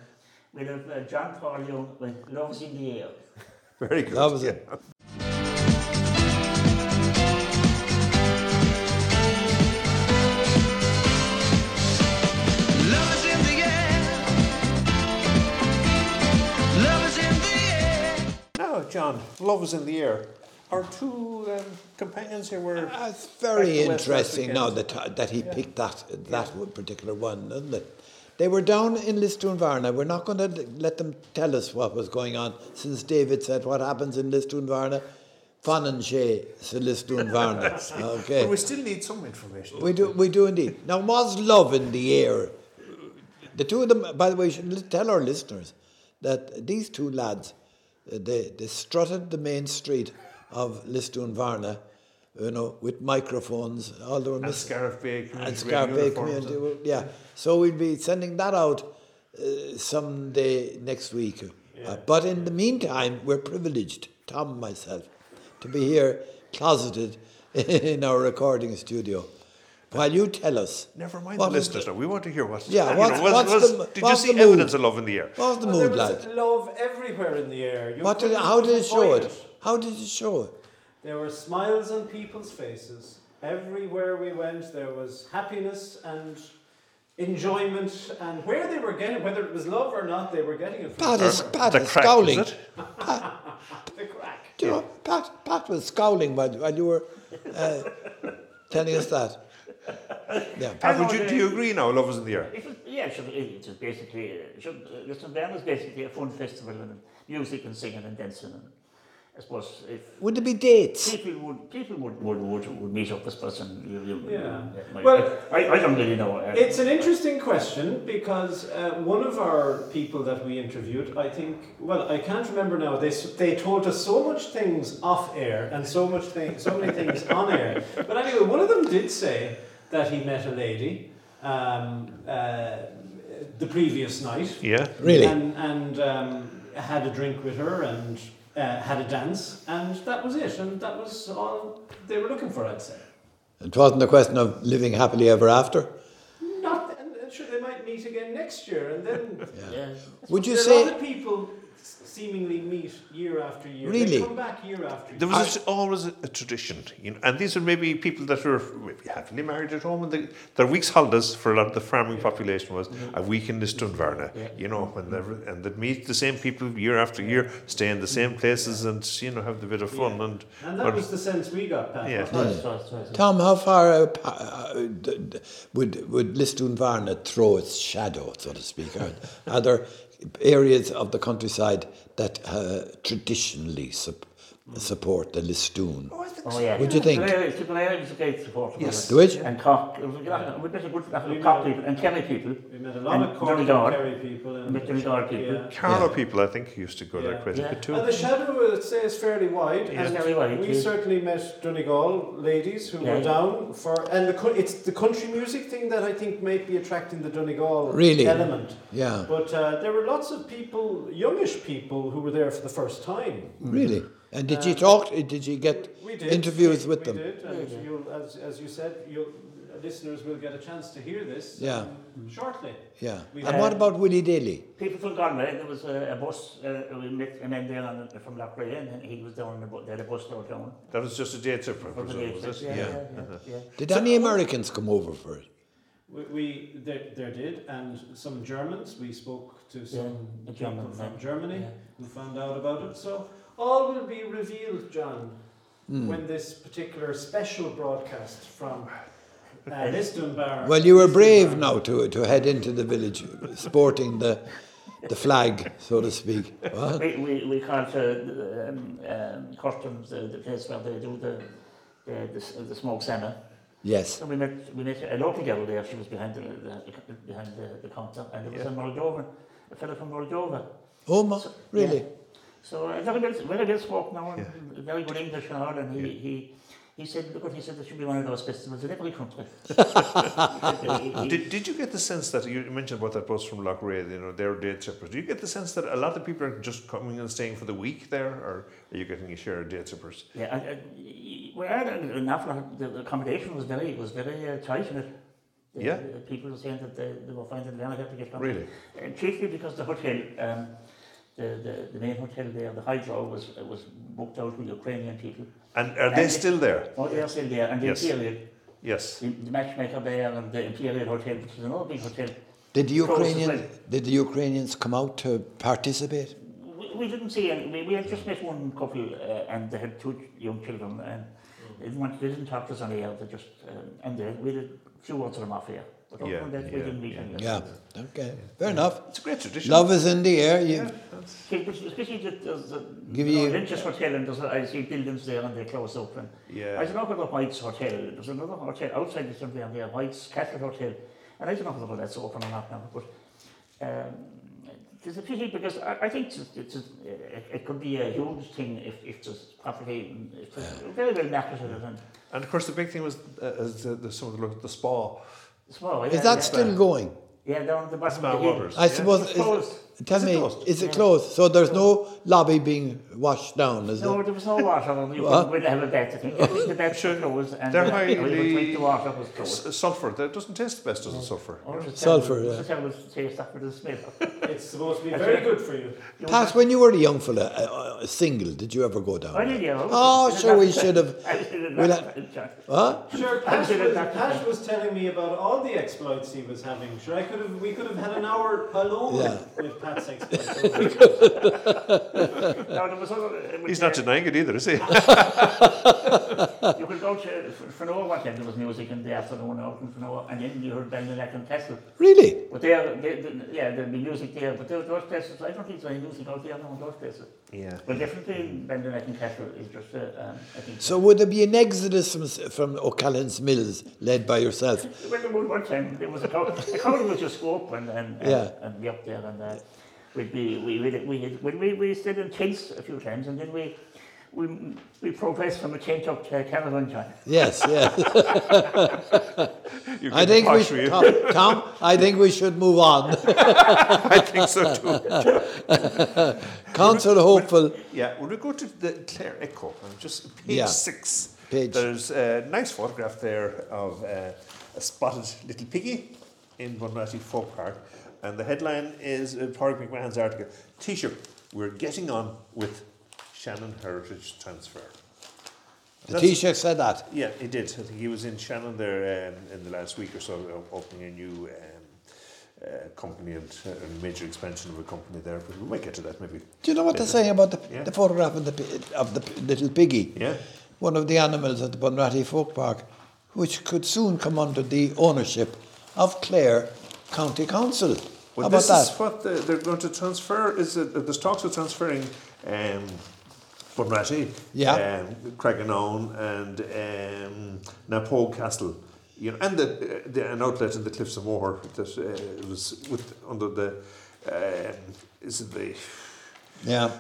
C: we'll have uh, John Paul Young with Love's in the Air.
A: Very good.
D: That was it.
E: Love is in the air. Love is in the air.
A: Now, John, love is in the air. Our two um, companions here were.
D: That's
A: Back
D: Ah, very
A: to West last
D: interesting. Now
A: weekend.
D: that uh, that he picked that uh, that one particular one, isn't it? They were down in Listunvarna. We're not going to let them tell us what was going on, since David said what happens in Listunvarna. Fananche to Listunvarna.
A: But we
D: Okay,
A: still need some information.
D: we do we do indeed. Now was love in the air. The two of them. By the way, should li- tell our listeners that these two lads, uh, they they strutted the main street of Listunvarna. You know, with microphones, all they were
A: and
D: missing
A: Scariff Bay Community.
D: and Scarf Bay
A: uniforms
D: community.
A: and-
D: will- Yeah, so we'll be sending that out uh, someday next week. Uh, but in the meantime, we're privileged, Tom and myself, to be here closeted in our recording studio while you tell us.
A: Never mind
D: what
A: the
D: was
A: listeners.
D: the-
A: now. We want to hear what.
D: Yeah,
A: you
D: what's-
A: was-
D: what's
A: was-
D: the-
A: Did
D: what's
A: you see
D: the mood?
A: evidence of love in the air?
D: What was the
B: Well, there
D: mood like?
B: was love everywhere in the air. You
D: What did,
B: couldn't
D: how did it show
B: avoid
D: it? How did it show it?
B: There were smiles on people's faces. Everywhere we went, there was happiness and enjoyment, and where they were getting, whether it was love or not, they were getting it from
D: Pat is, Pat
A: The
D: is
A: crack, is
D: scowling.
A: it?
B: the crack.
D: Do you know, Pat, Pat was scowling while, while you were uh, telling us that. Yeah,
A: Pat, would
C: know,
A: you,
C: uh,
A: do you agree now, Love is in the Air?
C: It was, yeah, sure, it it was basically, uh, sure, uh, Lisbon Band was basically a fun festival and music and singing and dancing. And I suppose if
D: Would there be dates?
C: people would people would would, would, would meet up this person. You, you,
B: Yeah.
C: my-
B: Well-
C: I, I don't really know. uh,
B: It's an interesting question because uh, one of our people that we interviewed, I think, well, I can't remember now. They s- they told us so much things off air and so much thing, so many things on air. But anyway, one of them did say that he met a lady um, uh, the previous night.
A: Yeah.
D: Really?
B: And, and um, had a drink with her and uh, had a dance, and that was it. And that was all they were looking for, I'd say.
D: It wasn't a question of living happily ever after.
B: Not, and and sure, they might meet again next year, and then
C: yeah.
D: Would you
B: there are a
D: say
B: lot of people s- seemingly meet year after year.
D: Really?
B: They come back year after year.
A: There was just always a, a tradition, you know, and these are maybe people that were maybe happily married at home, and they, their week's holidays for a lot of the farming population was a week in the Stunvarna, you know, when they and they'd meet the same people year after year, stay in the same places, and you know have the bit of fun and
B: and that
A: but-
B: was the sense we got, Pat.
A: Yeah.
B: wasn't it?
D: Tom, how far uh, pa- uh, d- d- would would Listunvarna throw its shadow, so to speak? Are, are there areas of the countryside that uh, traditionally sup- support the Listoon?
A: oh, I think
C: Oh,
A: so.
C: yeah.
D: What do you think?
C: Tipperary Tipperary was a great supporter.
A: Yes.
D: Do it?
C: And Cork, we met a good lot of Cork people and Kerry people.
B: We met a lot
C: And
B: of Cork and
C: Donegal.
B: Kerry people. And,
C: Met Donegal people.
B: Yeah.
A: Carlo people, I think, used to go there
B: Yeah.
A: quite
C: Yeah.
A: a bit too.
B: And the shadow, I'd say, is fairly wide.
A: Yeah.
B: and
C: Fairly wide,
B: we
C: yeah.
B: certainly met Donegal ladies who were
C: Yeah.
B: down for, and the co- it's the country music thing that I think might be attracting the Donegal
D: Really?
B: element.
D: Yeah,
B: But uh, there were lots of people, youngish people, who were there for the first time.
D: really. And
B: uh,
D: did you talk? Did you get
B: We did
D: interviews
B: we, we
D: with them?
B: Did, and you'll, as, as you said, you'll, listeners will get a chance to hear this.
D: Yeah.
B: um, shortly.
D: Yeah.
B: We
D: and
B: had-
D: what about Willie Daly?
C: People from Galway, there was a, a bus, uh, we met a man there on, from Lochray and he was down, in the bu- they had a bus down. down
A: That was just a day trip, I
C: for the
A: presume,
C: day
A: was
C: trip.
A: it? Uh-huh.
C: yeah, yeah, yeah.
D: Did any Americans come over for it?
B: We, we there, there did, and some Germans. We spoke to some
C: the
B: people
C: German,
B: from
C: yeah.
B: Germany
C: Yeah.
B: who found out about it. So all will be revealed, John,
D: Hmm.
B: when this particular special broadcast from uh, Lisbonbar.
D: Well, you were brave now to to head into the village, sporting the the flag, so to speak. What?
C: We, we, we called uh, um, um, customs uh, the place where they do the, the, the, s- the smoke salmon.
D: Yes.
C: So we met, we met a local girl there, she was behind the, the, the, behind the, the counter, and there was a Moldovan, a fellow from Moldova.
D: Oh, ma- really?
C: So uh, very, well, very well spoke now, and very good English and all, and he, he, he said, look what he said, there should be one of those festivals in every country. He- he-
A: Did, did you get the sense that you mentioned about that bus from Lochray, you know, their day trippers? Do you get the sense that a lot of people are just coming and staying for the week there, or are you getting a share of day trippers?
C: Yeah, I, I, well, I don't- an awful lot, the the accommodation was very, was very uh, tight in it. The-
A: Yeah.
C: the people were saying that they, they were finding it very hard to get from.
A: Really?
C: Uh, chiefly because the hotel, um, the, the, the main hotel there, the Hydro, was, uh, was booked out with Ukrainian people.
A: And are they
C: And-
A: still there?
C: Oh, they're still there, and the
A: Yes.
C: Imperial,
A: Yes.
C: the, the matchmaker there, and the Imperial Hotel, which is another big hotel.
D: Did the
C: Of course, it's
D: Ukrainian did the Ukrainians come out to participate?
C: We, we didn't see any, we, we had just met one couple, uh, and they had two young children, and
A: Mm.
C: they didn't, want, they didn't talk to us on the air, they just, um, and they, we did two words of them off here. But other
A: Yeah,
C: than that, we
A: yeah,
C: didn't meet
A: yeah.
C: any.
D: Yeah. Okay. Fair enough.
A: It's a great tradition.
D: Love is in the air. You,
C: Especially especially the, there's uh, the
D: Give
C: you
D: you-
C: know, Lynch's Hotel, and there's, I see buildings there and they close up. And
A: Yeah.
C: I don't know about the White's Hotel, there's another hotel outside the somewhere there, White's Castle Hotel, and I don't know whether that's open or not now, but um, it's a pity because I, I think it's, it's a, it, it could be a huge thing if, if it's properly, if it's very well marketed and
A: And of course, the big thing was uh, is the, the, some of the, the spa.
C: small.
D: is that still going?
C: Yeah, down at the bottom
A: Spa
C: of the hill.
A: waters.
D: I
A: yeah?
D: suppose.
C: It's
D: Is,
C: closed.
D: Tell
A: Is it
D: me,
A: closed?
D: is it closed? So there's no lobby being washed down, is
C: No,
D: there?
C: there was no water on it. You
D: What?
C: wouldn't have a bet. I think the bet should close and uh,
A: They're
C: the, the,
A: highly-
C: the water was closed.
A: S- Sulphur. That doesn't taste the best, does it? Sulphur.
D: Sulphur, yeah.
C: It was taste after the smell.
B: It's supposed to be very good for you.
D: Pat, when you were a young fella, uh, uh, single, did you ever go down?
C: I
D: there?
C: did, yeah.
D: Oh, sure, we should have.
C: I did it
D: We'll
C: last time.
D: Huh?
B: Sure, Pash was, Pash was telling me about all the exploits he was having. Sure, I could have, we could have had an hour alone
D: Yeah.
B: with Pat's exploits.
C: No, there was other, it was,
A: He's not
C: uh,
A: denying it either, is he?
C: You could go to Fanoa one time, there was music in the afternoon out in Fanoa, and then you heard Bangladesh and Castle.
D: Really?
C: But there, they, they, yeah, there'd be er music there, but there, those places, I don't think there's any music er out there now in those places.
A: Yeah.
C: But definitely Bangladesh and Castle er is just, uh, um, I think.
D: So would there be an exodus from, from O'Callaghan's Mills led by yourself?
C: Well, there was one time, there was a cow, the cow was just open and, and,
D: Yeah.
C: and be up there and uh, we'd be, we, we, we, when we, we stayed in tents a few times and then we, we, we progressed from a tent up to a caravan, John.
D: Yes, yes.
A: You
D: I
A: get
D: think we
A: posh, will
D: should,
A: you?
D: Tom, Tom, I think we should move on.
A: I think so too.
D: Council hopeful.
A: Yeah, well, we go to the Clare Echo, and just page
D: Yeah.
A: six.
D: Page.
A: There's a nice photograph there of uh, a spotted little piggy in Bunratty Folk Park, and the headline is uh, Porrick McMahon's article Teacher, we're getting on with Shannon Heritage Transfer.
D: The
A: That's-
D: Taoiseach said that.
A: Yeah, he did. I think he was in Shannon there um, in the last week or so, o- opening a new um, uh, company and uh, a major expansion of a company there. But we might get to that maybe.
D: Do you know what they're saying about the,
A: Yeah.
D: the photograph of the, pi- of the p- little piggy?
A: Yeah.
D: One of the animals at the Bunratty Folk Park, which could soon come under the ownership of Clare County Council.
A: Well,
D: How about
A: this
D: that?
A: is what the, they're going to transfer. Is it, there's talks of transferring um, Bunratty,
D: Yeah.
A: um, Craigenown, and um, Napole Castle, you know, and the, uh, the an outlet in the Cliffs of Moher that uh, was with under the um, is it the
D: yeah.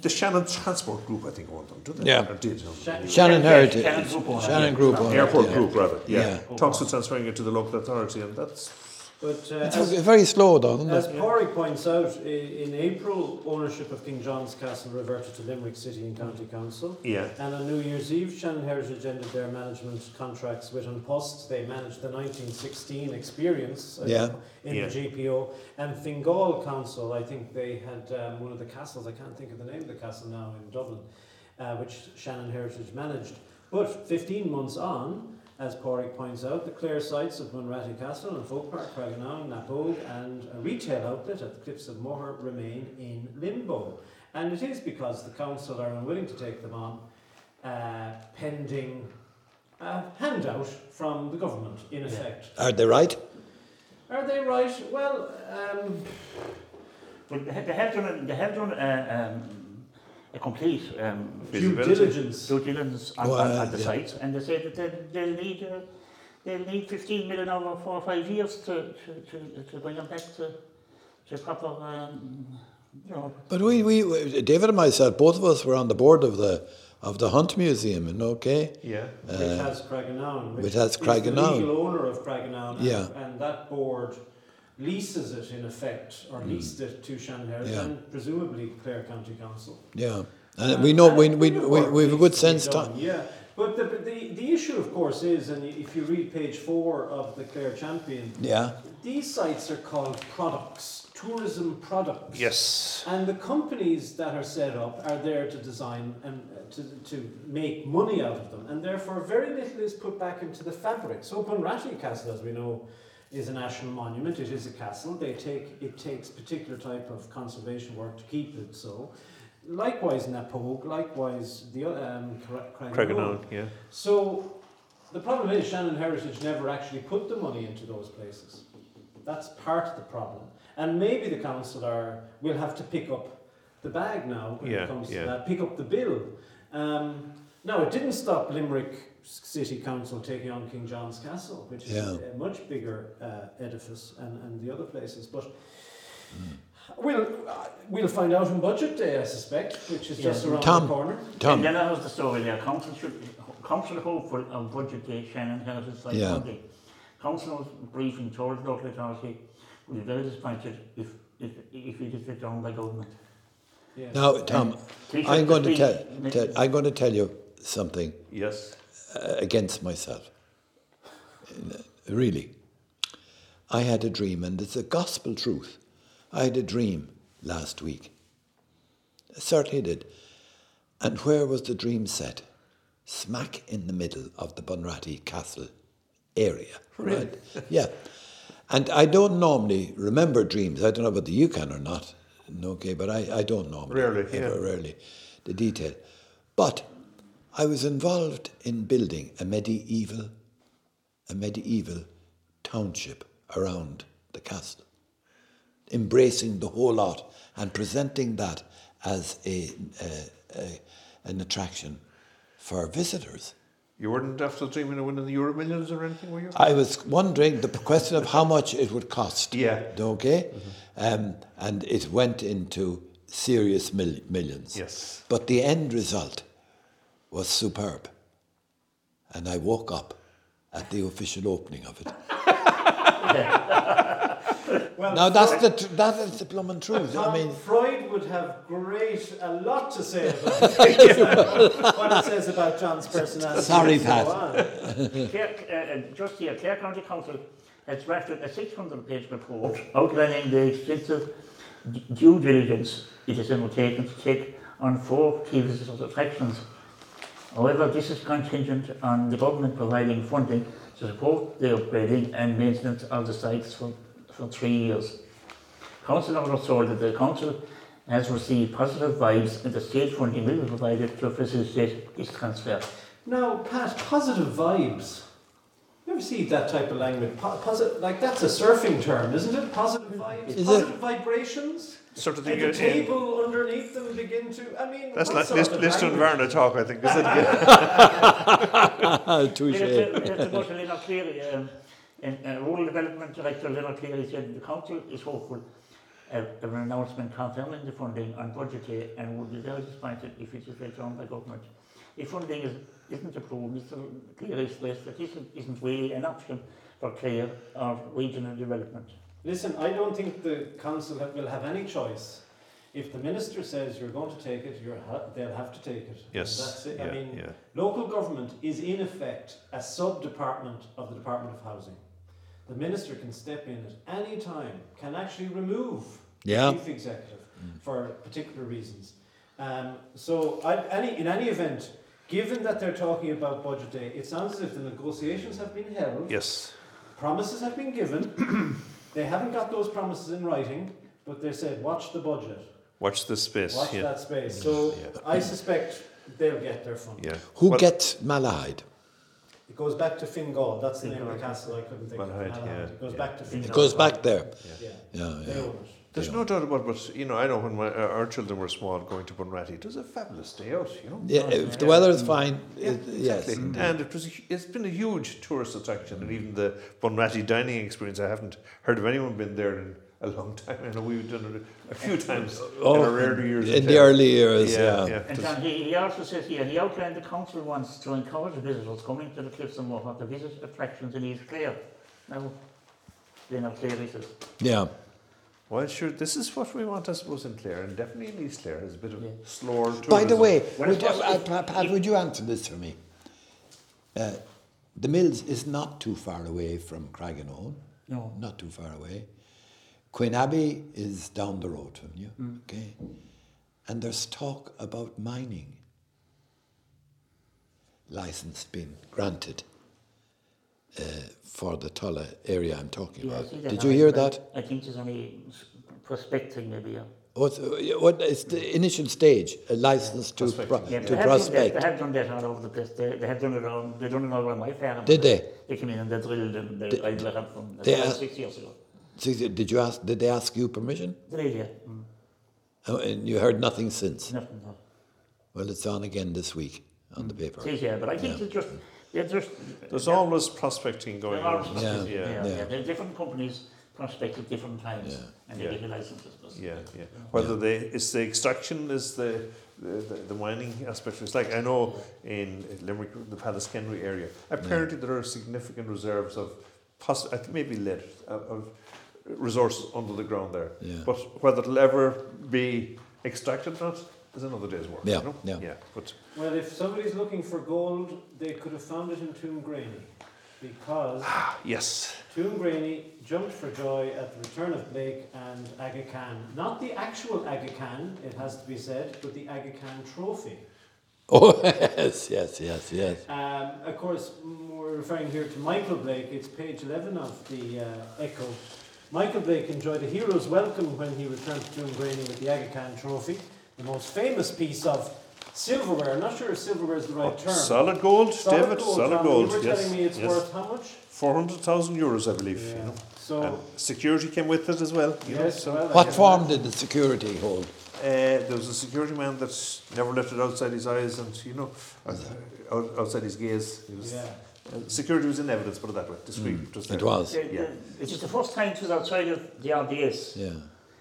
A: the Shannon Transport Group? I think owned them, did they?
D: Yeah.
A: Or did um,
D: Shannon Heritage.
C: Shannon Group owner.
D: Shannon Group owner,
A: Airport
D: yeah.
A: Group rather? Yeah.
D: Yeah.
A: Talks of transferring it to the local authority, and that's
B: But uh,
D: It's
B: as,
D: very slow, though, isn't
B: as
D: it?
B: Porrick points out, i- in April, ownership of King John's Castle reverted to Limerick City and County Council.
A: yeah.
B: And on New Year's Eve, Shannon Heritage ended their management contracts with Unpost. They managed the 1916 experience uh,
D: Yeah.
B: in
A: Yeah.
B: the GPO. And Fingal Council, I think they had um, one of the castles, I can't think of the name of the castle now in Dublin, uh, which Shannon Heritage managed. But 15 months on, as Porrick points out, the clear sites of Munratty Castle and Folk Park, Craganown, Napogue, and a retail outlet at the Cliffs of Moher remain in limbo. And it is because the council are unwilling to take them on uh, pending a handout from the government, in effect.
D: Are they right?
B: Are they right? Well, um,
C: But they, had- they have done, a- they have done a, um, a complete um,
B: due
A: Feasibility.
B: diligence.
C: due diligence on,
D: Well,
C: on, on the
D: yeah.
C: sites, and they say that they'll, they'll need uh, they'll need 15 million over four or five years to to, to, to bring them back to to proper um, you know.
D: But we, we, David and myself, both of us were on the board of the of the Hunt Museum in OK.
A: Yeah.
B: which has Craganown, which,
D: Uh, which has
B: is the
D: Craigenown.
B: legal owner of Craganown,
D: Yeah.
B: and, and that board leases it in effect, or leased it to Shannon Heritage
D: Mm. Yeah.
B: and presumably Clare County Council.
D: Yeah. And we know, we, we, we, we have a good sense.
B: Done,
D: Tom.
B: yeah, but the, the, the issue, of course, is, and if you read page four of the Clare Champion,
D: Yeah.
B: These sites are called products, tourism products.
A: Yes.
B: And the companies that are set up are there to design and uh, to, to make money out of them, and therefore very little is put back into the fabric. So Bunratty Castle, as we know, is a national monument. It is a castle. They take it takes particular type of conservation work to keep it so. Likewise, Napogue. Likewise, the o- um, Cra-
A: Craigenown. Yeah.
B: so the problem is Shannon Heritage never actually put the money into those places. That's part of the problem. And maybe the council are will have to pick up the bag now when
A: Yeah,
B: it comes
A: yeah.
B: to that, pick up the bill. Um, now, it didn't stop Limerick City Council taking on King John's Castle, which is
D: Yeah.
B: a much bigger uh, edifice, and, and the other places. But
D: Mm.
B: we'll, uh, we'll find out on budget day, I suspect, which is just around
D: Tom.
B: the corner.
C: And
D: Tom.
C: then that was the story there. Council should council hopeful on budget day Shannon Heritage Site
D: Yeah.
C: Monday. Council's briefing told local authority would be very disappointed if if, if we get it done by government.
B: Yes.
D: Now, Tom,
C: T-shirt
D: I'm going to
C: with
D: tell,
C: the-
D: tell I'm going to tell you something
A: Yes.
D: uh, against myself. Really, I had a dream, and it's a gospel truth. I had a dream last week. I certainly did. And where was the dream set? Smack in the middle of the Bunratty Castle area. Right. yeah. And I don't normally remember dreams. I don't know whether you can or not. Okay, but I, I don't normally.
A: Rarely, yeah.
D: Ever, Rarely. The detail. But I was involved in building a medieval a medieval township around the castle, embracing the whole lot and presenting that as a, a, a an attraction for visitors.
A: You weren't after dreaming of winning the Euro Millions or anything, were you?
B: Uh,
D: I was wondering the question of how much it would cost.
A: Yeah. Mm-hmm.
D: Okay. Um, and it went into serious mil- millions.
A: Yes.
D: But the end result was superb. And I woke up at the official opening of it.
B: Well,
D: Now that's the tr- that is the plumbing truth. I
B: Tom
D: mean,
B: Freud would have great, a lot to say about this. what it says about John's personality.
D: Sorry,
B: and so
D: Pat.
B: on.
C: Clare, uh, uh, just here, Clare County Council has drafted a 600-page report outlining the extensive d- due diligence it has undertaken to take on four key visitor attractions. However, this is contingent on the government providing funding to support the upgrading and maintenance of the sites for, for three years. Council also that the council has received positive vibes and the state funding will be provided to facilitate this transfer.
B: Now, Pat, positive vibes. You ever see that type of language? Po- posi- like, that's a surfing term, isn't it? Positive vibes?
D: Is
B: positive vibrations?
A: Sort of thing
B: And the
A: you- yeah.
B: table underneath them begin to. I mean,
A: That's
B: what
A: like
B: sort
A: list,
B: of
A: list and
B: language?
A: Werner talk, I think, is it? Yeah.
D: touche.
C: Mr. Mr. Leonard Cleary, um, and, uh, Rural Development Director Leonard Cleary said the council is hopeful of, of Eh, an announcement confirming the funding and budget year and would be very disappointed if it is returned by government. If funding is, isn't approved, Mr. Cleary stressed that this isn't really an option for Clare or regional development.
B: Listen, I don't think the council ha- will have any choice. If the minister says you're going to take it, you're ha- they'll have to take it.
A: Yes.
B: That's it.
A: Yeah,
B: I mean,
A: yeah.
B: local government is in effect a sub department of the Department of Housing. The minister can step in at any time, can actually remove
D: Yeah.
B: the chief executive
A: Mm.
B: for particular reasons. Um, so, I, any, in any event, given that they're talking about budget day, it sounds as if the negotiations have been held.
A: Yes.
B: Promises have been given. they haven't got those promises in writing, but they said, watch the budget,
A: Watch this space.
B: watch
A: yeah. Mm,
B: that space. So
A: Yeah.
B: I suspect they'll get their fund.
A: Yeah.
D: Who
A: Well,
D: gets Malahide?
B: It goes back to Fingal. That's the name of the castle. I couldn't think
A: Malahide,
B: of
A: Mm-hmm.
B: Malahide.
A: yeah,
B: It goes
A: yeah.
B: back to Fingal.
D: It goes back there.
B: Yeah.
D: Yeah,
B: They
D: yeah.
B: own it.
A: There's no doubt about it, but you know, I know when my, uh, our children were small going to Bunratty, it was a fabulous day out, you know.
D: yeah if the weather is fine, it, yes. Mm.
A: Exactly. And it was, a hu- it's been a huge tourist attraction, and even the Bunratty dining experience, I haven't heard of anyone been there in a long time. I know we've done it a few times in our earlier years.
D: Oh, in the
A: town.
D: early years,
A: yeah,
D: yeah.
A: yeah.
C: And John, he, he also says here, he outlined the council wants to encourage visitors coming to the Cliffs and Moher to visit attractions in East Clare. Now, Leonard Cleary says,
D: yeah.
A: Well, sure, this is what we want, I suppose, in Clare, and definitely in East Clare, is a bit of
C: Yeah.
A: slower tourism.
D: By the way,
C: Well,
D: would you,
C: it's
D: uh,
C: possible-
D: Pa- Pat, would you answer this for me? Uh, the Mills is not too far away from Craigenone.
C: No.
D: Not too far away. Queen Abbey is down the road from you,
C: Mm.
D: okay? And there's talk about mining license being granted uh, for the Tulla area I'm talking
C: Yeah, I
D: about.
C: see that
D: Did
C: now,
D: you hear
C: it's very-
D: that?
C: I think there's only s- prospecting maybe. Yeah.
D: What's, uh, what is the initial stage? A license to, pro- to
C: Yeah, they Have done that,
D: prospect.
C: they have done that all over the place. They, they have done it all. They done it all on my farm.
D: Did they?
C: They came in and they drilled and they, I let up from
D: they
C: about
D: are-
C: six years ago.
D: So you- Did you ask? Did they ask you permission?
C: They did, yeah. Mm,
D: Oh, and you heard nothing since.
C: nothing. No.
D: Well, it's on again this week on the paper.
C: It is, yeah, but I think they're just they're just
A: There's always prospecting going
C: There are
A: on. Yeah.
C: yeah. Yeah.
D: yeah.
C: There are different companies prospect at different times and they
A: Yeah.
C: get a license. I suppose.
A: Yeah, yeah. Whether they it's the extraction is the the, the, the mining aspect. It's like I know in Limerick, the Paliskenry area. Apparently, there are significant reserves of, poss- I think maybe lead uh, of resources under the ground there.
D: Yeah.
A: But whether it'll ever be extracted or not is another day's work.
D: Yeah,
A: you know?
D: yeah.
A: But
B: Well, if somebody's looking for gold, they could have found it in Toomgrainy because
A: yes,
B: Toomgrainy jumped for joy at the return of Blake and Aga Khan. Not the actual Aga Khan, it has to be said, but the Aga Khan trophy.
D: Oh, yes, yes, yes, yes.
B: Um, of course, m- we're referring here to Michael Blake. It's page 11 of the uh, Echo. Michael Blake enjoyed a hero's welcome when he returned to Dungrani with the Aga Khan Trophy, the most famous piece of silverware. I'm not sure if silverware is the right term.
A: Oh, solid gold,
B: Solid
A: David, solid
B: Tom,
A: gold.
B: You were
A: yes,
B: telling me it's
A: yes.
B: worth how much?
A: four hundred thousand euros, I believe. You know.
B: So,
A: And security came with it as well. You know,
B: yes,
A: so-
B: well, I
D: What
B: guess
D: form
B: that's-
D: did the security hold?
A: Uh, there was a security man that never left it outside his eyes and, you know, out, out- outside his gaze. He was,
B: Yeah.
A: uh, security was in evidence, put it that way. Discreet. just
D: Mm. It
A: there.
D: was,
C: The- the-
A: Yeah.
C: It was the first time it was outside of the RDS.
D: yeah.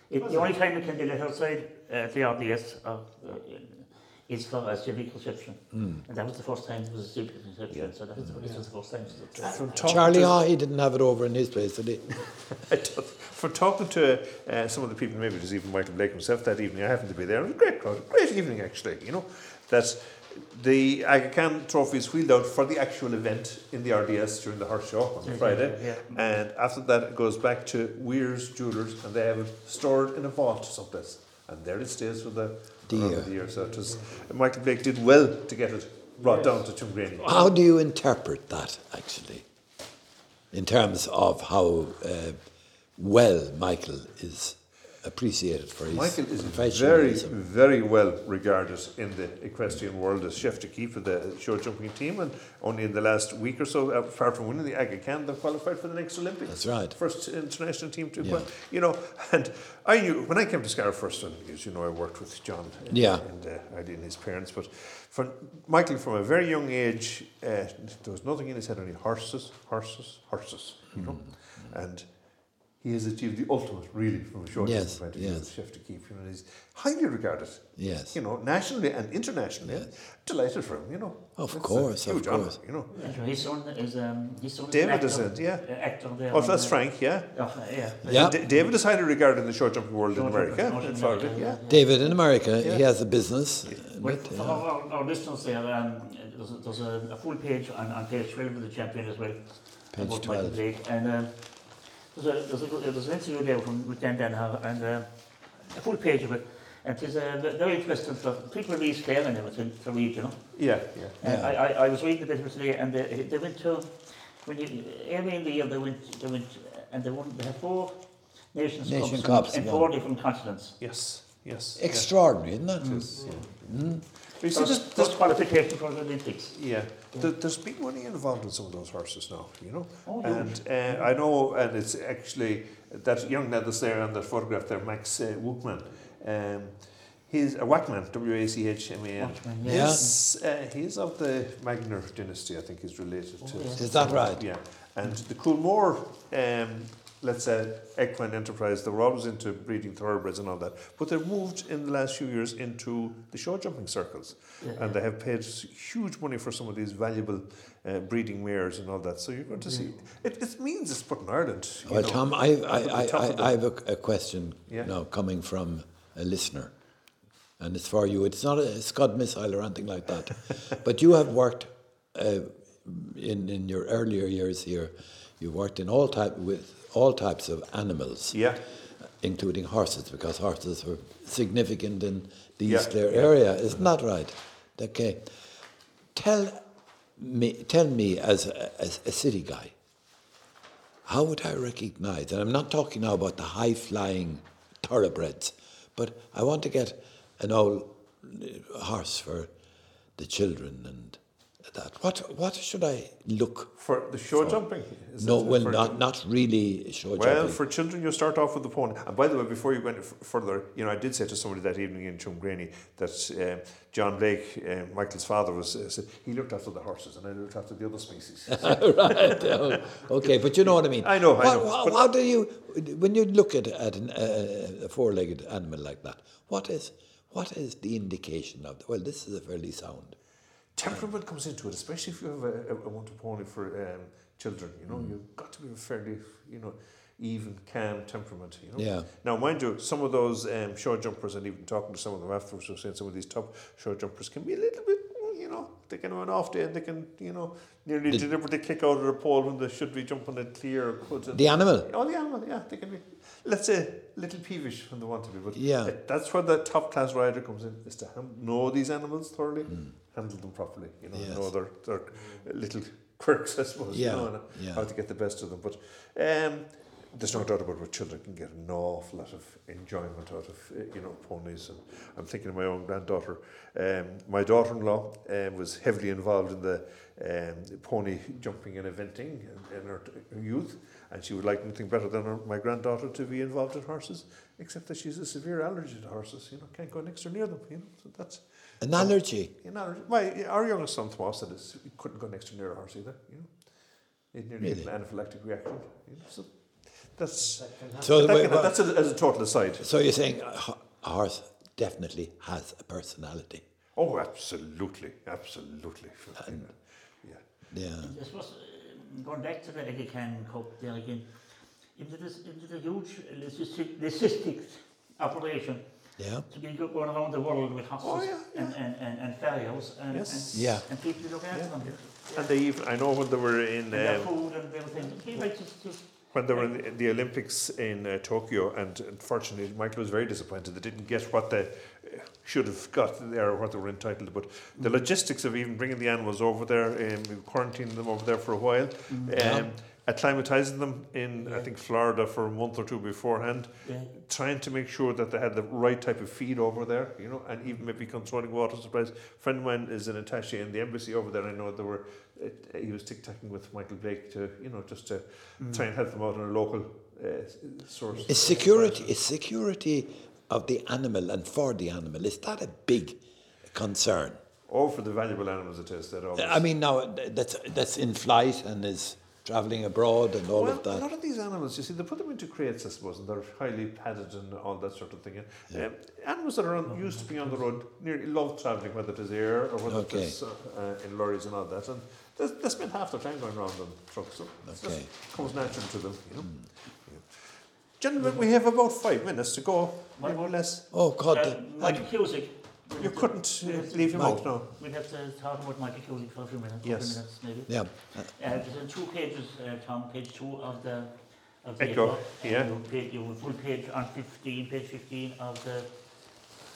C: It, the only time it can be let outside uh, the RDS of, uh, is for a civic reception.
A: Hmm.
C: And that was the first time it was a civic reception, so that was, the, this was the first time it was outside.
A: From talking
D: Charlie
A: to,
D: Ah, he didn't have it over in his place, did he?
A: From talking to uh, some of the people, maybe it was even Michael Blake himself that evening, I happened to be there. It was a great crowd, great evening actually, you know, that the Aga Khan trophy is wheeled out for the actual event in the RDS during the horse show on Friday.
C: Yeah.
A: And after that, it goes back to Weir's Jewelers, and they have it stored in a vault someplace. And there it stays for the
D: Dear.
A: year. the year. So it was, Michael Blake did well to get it brought
B: Yes.
A: down to Chumgreen.
D: How do you interpret that, actually, in terms of how uh, well Michael is appreciated for his
A: Michael is very,
D: professionalism?
A: very well regarded in the equestrian world as chef de keep for the show jumping team, and only in the last week or so, apart from winning the Aga Khan, they qualified for the next Olympics.
D: That's right.
A: First international team to,
D: Yeah.
A: qual- you know, and I knew when I came to Scarra first, and as you know, I worked with John. And,
D: Yeah.
A: And uh, I did his parents, but from Michael from a very young age, uh, there was nothing in his head only horses, horses, horses, you know,
D: Hmm.
A: and. He has achieved the ultimate, really, from a short
D: Yes,
A: distance point of view
D: yes.
A: as chef de keep. You know, and he's highly regarded,
D: Yes.
A: you know, nationally and internationally. Delighted for him, you know.
D: Of
A: It's a
D: course, of
A: huge honour,
D: course.
A: you know.
C: And his son is, um, his son
A: David
C: is
A: is
C: an
A: it,
C: actor,
A: yeah.
C: uh, actor there.
A: Oh,
C: on
A: that's
C: the-
A: Frank, yeah.
C: Oh, yeah.
D: Yeah.
A: D- David is highly regarded in the short jumping world in
C: North
A: America.
C: North
A: in
C: America,
A: Florida, yeah.
D: David in America, he
A: Yeah.
D: has a business. uh,
C: Well,
D: but,
C: for
D: uh,
C: our, our listeners there, um, there's, a, there's a, a full page on, on page 12 of the champion as well.
D: Page
C: about
D: 12.
C: Blake, and um, there's, a, there's, a, good- there's an interview there from, with Dan Denham and uh, a full page of it. And it's uh, ve- very interesting for people in East Clare and everything to read, you know.
A: Yeah, yeah.
C: And
D: Yeah.
C: I, I, I was reading a bit of it today and they, they went to, when you, early in the year they went, they went and they won, they had four Nations
D: Nation
C: Cups,
D: Cups,
C: in, in
D: yeah.
C: four different continents.
A: Yes, yes.
D: Extraordinary, isn't it? Mm.
A: Yeah. You see,
C: That's,
A: there's,
C: that's
A: there's,
C: qualification for the Olympics.
A: yeah, there, there's big money involved in some of those horses now, you know.
C: Oh, yeah.
A: and uh, I know, and it's actually that young lad that's there on that photograph there, Max uh, Walkman. Um, he's a Wackman, W A C H M A N.
C: Wackman,
D: yeah.
A: He's, uh, he's of the Magner dynasty, I think he's related to.
D: Is that right?
A: Yeah. And the Coolmore, um, let's say, equine enterprise, they were always into breeding thoroughbreds and all that, but they've moved in the last few years into the show jumping circles. And they have paid s- huge money for some of these valuable uh, breeding mares and all that. So you're going to see. It, it means it's put in Ireland. you
D: Well,
A: know.
D: Tom, I, I,
A: at the
D: I,
A: top of the-
D: I, I have a, a question
A: Yeah.
D: now coming from a listener, and it's for you. It's not a Scud missile or anything like that, but you have worked uh, in in your earlier years here. You worked in all type with all types of animals,
A: Yeah.
D: including horses, because horses were significant in the
A: Yeah,
D: East Clare
A: yeah.
D: area. Isn't that right? Okay, tell me, tell me as a, as a city guy. How would I recognize? And I'm not talking now about the high flying thoroughbreds, but I want to get an old uh, horse for the children and that. What what should I look?
A: For the show jumping? is
D: no,
A: it-
D: well,
A: for-
D: not not really show
A: Well,
D: jumping.
A: for children, you start off with the pony. And by the way, before you went f- further, you know, I did say to somebody that evening in Chumgraney that um John Blake, uh, Michael's father, was uh, said he looked after the horses and I looked after the other species.
D: right. oh, Okay, but you know what I mean.
A: I know, I
D: What-
A: know,
D: what-
A: but-
D: how do you, when you look at at an, uh, a four-legged animal like that, what is what is the indication of? Well, this is a fairly sound.
A: Temperament comes into it, especially if you have a, a, a one to pony for um, children. You know, you've got to be fairly, you know, even, calm temperament. You know?
D: Yeah.
A: Now, mind you, some of those um, short jumpers, and even talking to some of them afterwards, were saying some of these top short jumpers can be a little bit, you know, they can have an off day and they can, you know, nearly
D: The-
A: deliberately kick out of the pole when they should be jumping it clear or cut. it.
D: The animal.
A: Oh, the animal, yeah, they can be, let's say, a little peevish when they want to be. But
D: Yeah.
A: th- that's where the top class rider comes in, is to ham- know these animals thoroughly, handle them properly, you know,
D: Yes.
A: know their, their little quirks, I suppose,
D: Yeah,
A: you know, and
D: yeah.
A: how to get the best of them. But um, there's no doubt about what children can get an awful lot of enjoyment out of, uh, you know, ponies. And I'm thinking of my own granddaughter. Um, my daughter-in-law um, was heavily involved in the um, pony jumping and eventing in, in her, t- her youth, and she would like nothing better than her, my granddaughter to be involved in horses, except that she's a severe allergy to horses. You know, can't go next or near them. You know, so that's
D: An allergy.
A: you know, my our youngest son Thomas said this, he couldn't go next to near a horse either. You know, he nearly had an anaphylactic reaction. You know, so that's
D: So,
A: that
D: wait,
A: can-
D: well,
A: that's a, as a total aside.
D: so you're saying a ho- a horse definitely has a personality.
A: Oh, absolutely, absolutely. yeah.
D: Yeah.
C: I suppose, uh, going back to the Agacan Cup there again, into this, into the huge logistic, logistics operation
D: Yeah.
C: to be go- going around the world with horses
A: Oh, yeah, yeah.
C: And, and, and, and farriers and,
A: Yes.
C: and,
D: Yeah.
C: and people to look after
A: Yeah.
C: them.
A: And they even I know when they were in
C: And their
A: um,
C: food and everything. He might just, just
A: when they were in the, the Olympics in uh, Tokyo, and unfortunately, Michael was very disappointed. They didn't get what they uh, should have got there, or what they were entitled. But the logistics of even bringing the animals over there, um, quarantining them over there for a while,
D: Yeah.
A: um, acclimatizing them in, I think, Florida for a month or two beforehand,
C: Yeah.
A: trying to make sure that they had the right type of feed over there, you know, and even maybe controlling water supplies. A friend of mine is an attaché in the embassy over there. I know there were, it, he was tic-tacking with Michael Blake to, you know, just to try and help them out on a local uh, s- source.
D: Is security is security of the animal and for the animal is that a big concern?
A: Or for the valuable animals it is that always.
D: I mean, now th- that's that's in flight and is traveling abroad and all
A: well,
D: of
A: a lot
D: that.
A: of these animals, you see, they put them into crates, I suppose, and they're highly padded and all that sort of thing. And, um, animals that are on, used to be on the road nearly love travelling, whether it is air or whether
D: Okay.
A: it is uh, uh, in lorries and all that. And they, they spend half their time going around on trucks, so it
D: Okay. Hmm.
A: just comes natural to them, you know. Yeah. Gentlemen, we have about five minutes to go, more or less.
D: Oh God!
C: uh,
D: the-
C: Michael Cusick.
A: You couldn't uh, leave him
D: Mike.
A: out now.
C: We'll have to talk about Michael Cusick for a few minutes.
A: Yes.
C: Few minutes maybe.
D: yeah.
C: Uh, there's in two pages, uh, Tom, page two of the of the
A: Echo,
C: echo.
A: yeah.
C: You page, you full page on 15, page 15 of the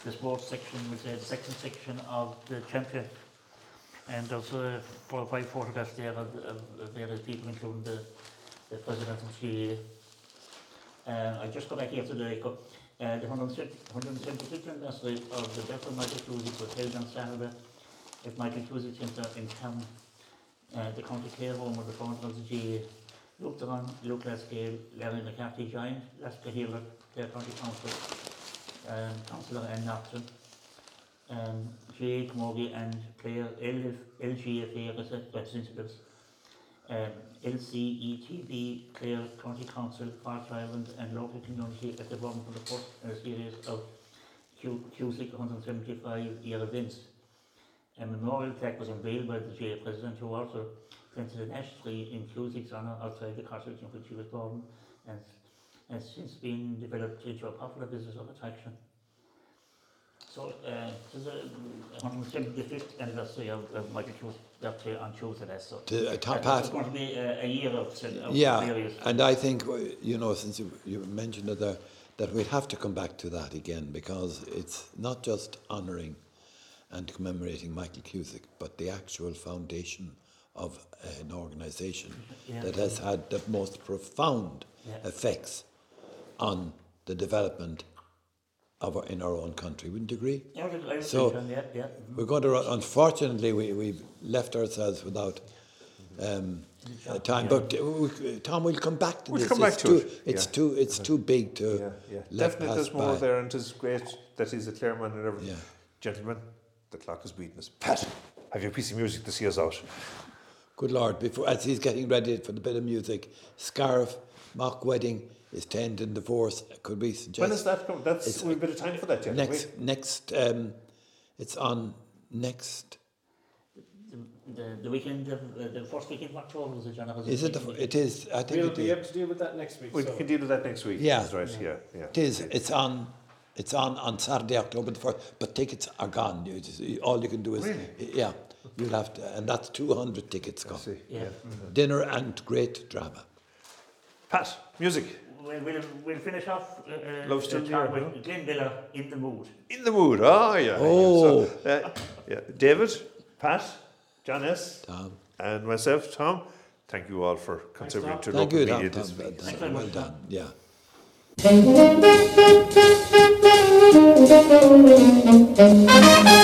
C: the sports section, which is the second section of the champion. And there's uh, four or five photographs there of, of, of various people, including the, the president of CA. Uh, I just got back here today. co- Uh, the 176th anniversary uh, of the death of Michael Cusick was held on Saturday at Michael Cusick Centre in town. Uh, the county care home with the founder of the GA. Luke Dunn, Luke Lascale, Larry McCarthy joined, Lester Healer, their county council, um, councillor Anne Hobson, um, GA Camogie and player LF, LGFA represent- representatives, um, LCETB, Clare County Council, Park Island and local community at the bottom of the first in a series of Q- Cusick 175 year events. A memorial plaque was unveiled by the GA president who also planted an ash tree in Cusick's honour outside the cottage in which he was born and has since been developed into a popular visitor attraction. So uh, this is the 175th anniversary of, of Michael Cusick's birthday on Tuesday. that's So.
D: The, uh, top
C: And this is
D: half
C: going to be a, a year of, cel- of
D: Yeah,
C: various-
D: and I think w- you know since you, you mentioned it there, that we'll have to come back to that again because it's not just honouring and commemorating Michael Cusick, but the actual foundation of an organisation
C: Yeah.
D: that has had the most profound
C: Yeah.
D: effects on the development of our, in our own country. Wouldn't you agree?
C: Yeah, I would
D: So-
C: think, yeah, yeah.
D: We're going to. Run, unfortunately, we we've left ourselves without um, uh, time. But uh, we, Tom, we'll come back to
A: We'll
D: this.
A: come back
D: it's
A: to
D: too,
A: it.
D: It's
A: Yeah.
D: too. It's too big to
A: Yeah, yeah.
D: let
A: Definitely
D: pass
A: there's more
D: by.
A: there, and it's great that he's a clear man and everything.
D: Yeah.
A: Gentlemen, the clock is beating us. Pat, have your piece of music to see us out.
D: Good Lord! Before as he's getting ready for the bit of music, scarf, mock wedding is tenth and divorce. Could we suggest
A: When is that coming? That's
D: It's-
A: we've a bit of time for that yet. haven't
D: next? Next. Um, it's on next
C: the, the, the weekend, of, uh, the first weekend of October is it, John? Was
D: Is it? The, it is. I think
B: We'll
D: it
B: be
D: is.
B: able to deal with that next week.
A: We
B: so.
A: can deal with that next week.
D: Yeah.
A: That's right. Yeah. Yeah.
D: It is. It's on. It's on on Saturday, October the fourth. But tickets are gone. You just, all you can do is yeah. You'll have to, and that's two hundred tickets gone.
A: See.
C: Yeah.
D: Dinner and great drama.
A: Pat, music.
C: We'll, we'll, we'll finish off uh, uh,
A: Love Still
C: uh,
A: Here,
C: with
A: no?
C: Glenn Miller in the mood.
A: In the mood. Oh, yeah.
D: Oh.
A: So, uh, yeah. David, Pat, John S.
D: Tom.
A: And myself, Tom. Thank you all for contributing to
D: Thank
A: local
D: you,
A: media
D: Tom.
A: this
D: Tom,
A: week.
D: Tom,
C: very
D: well
C: much,
D: done. Yeah.
F: Thank you.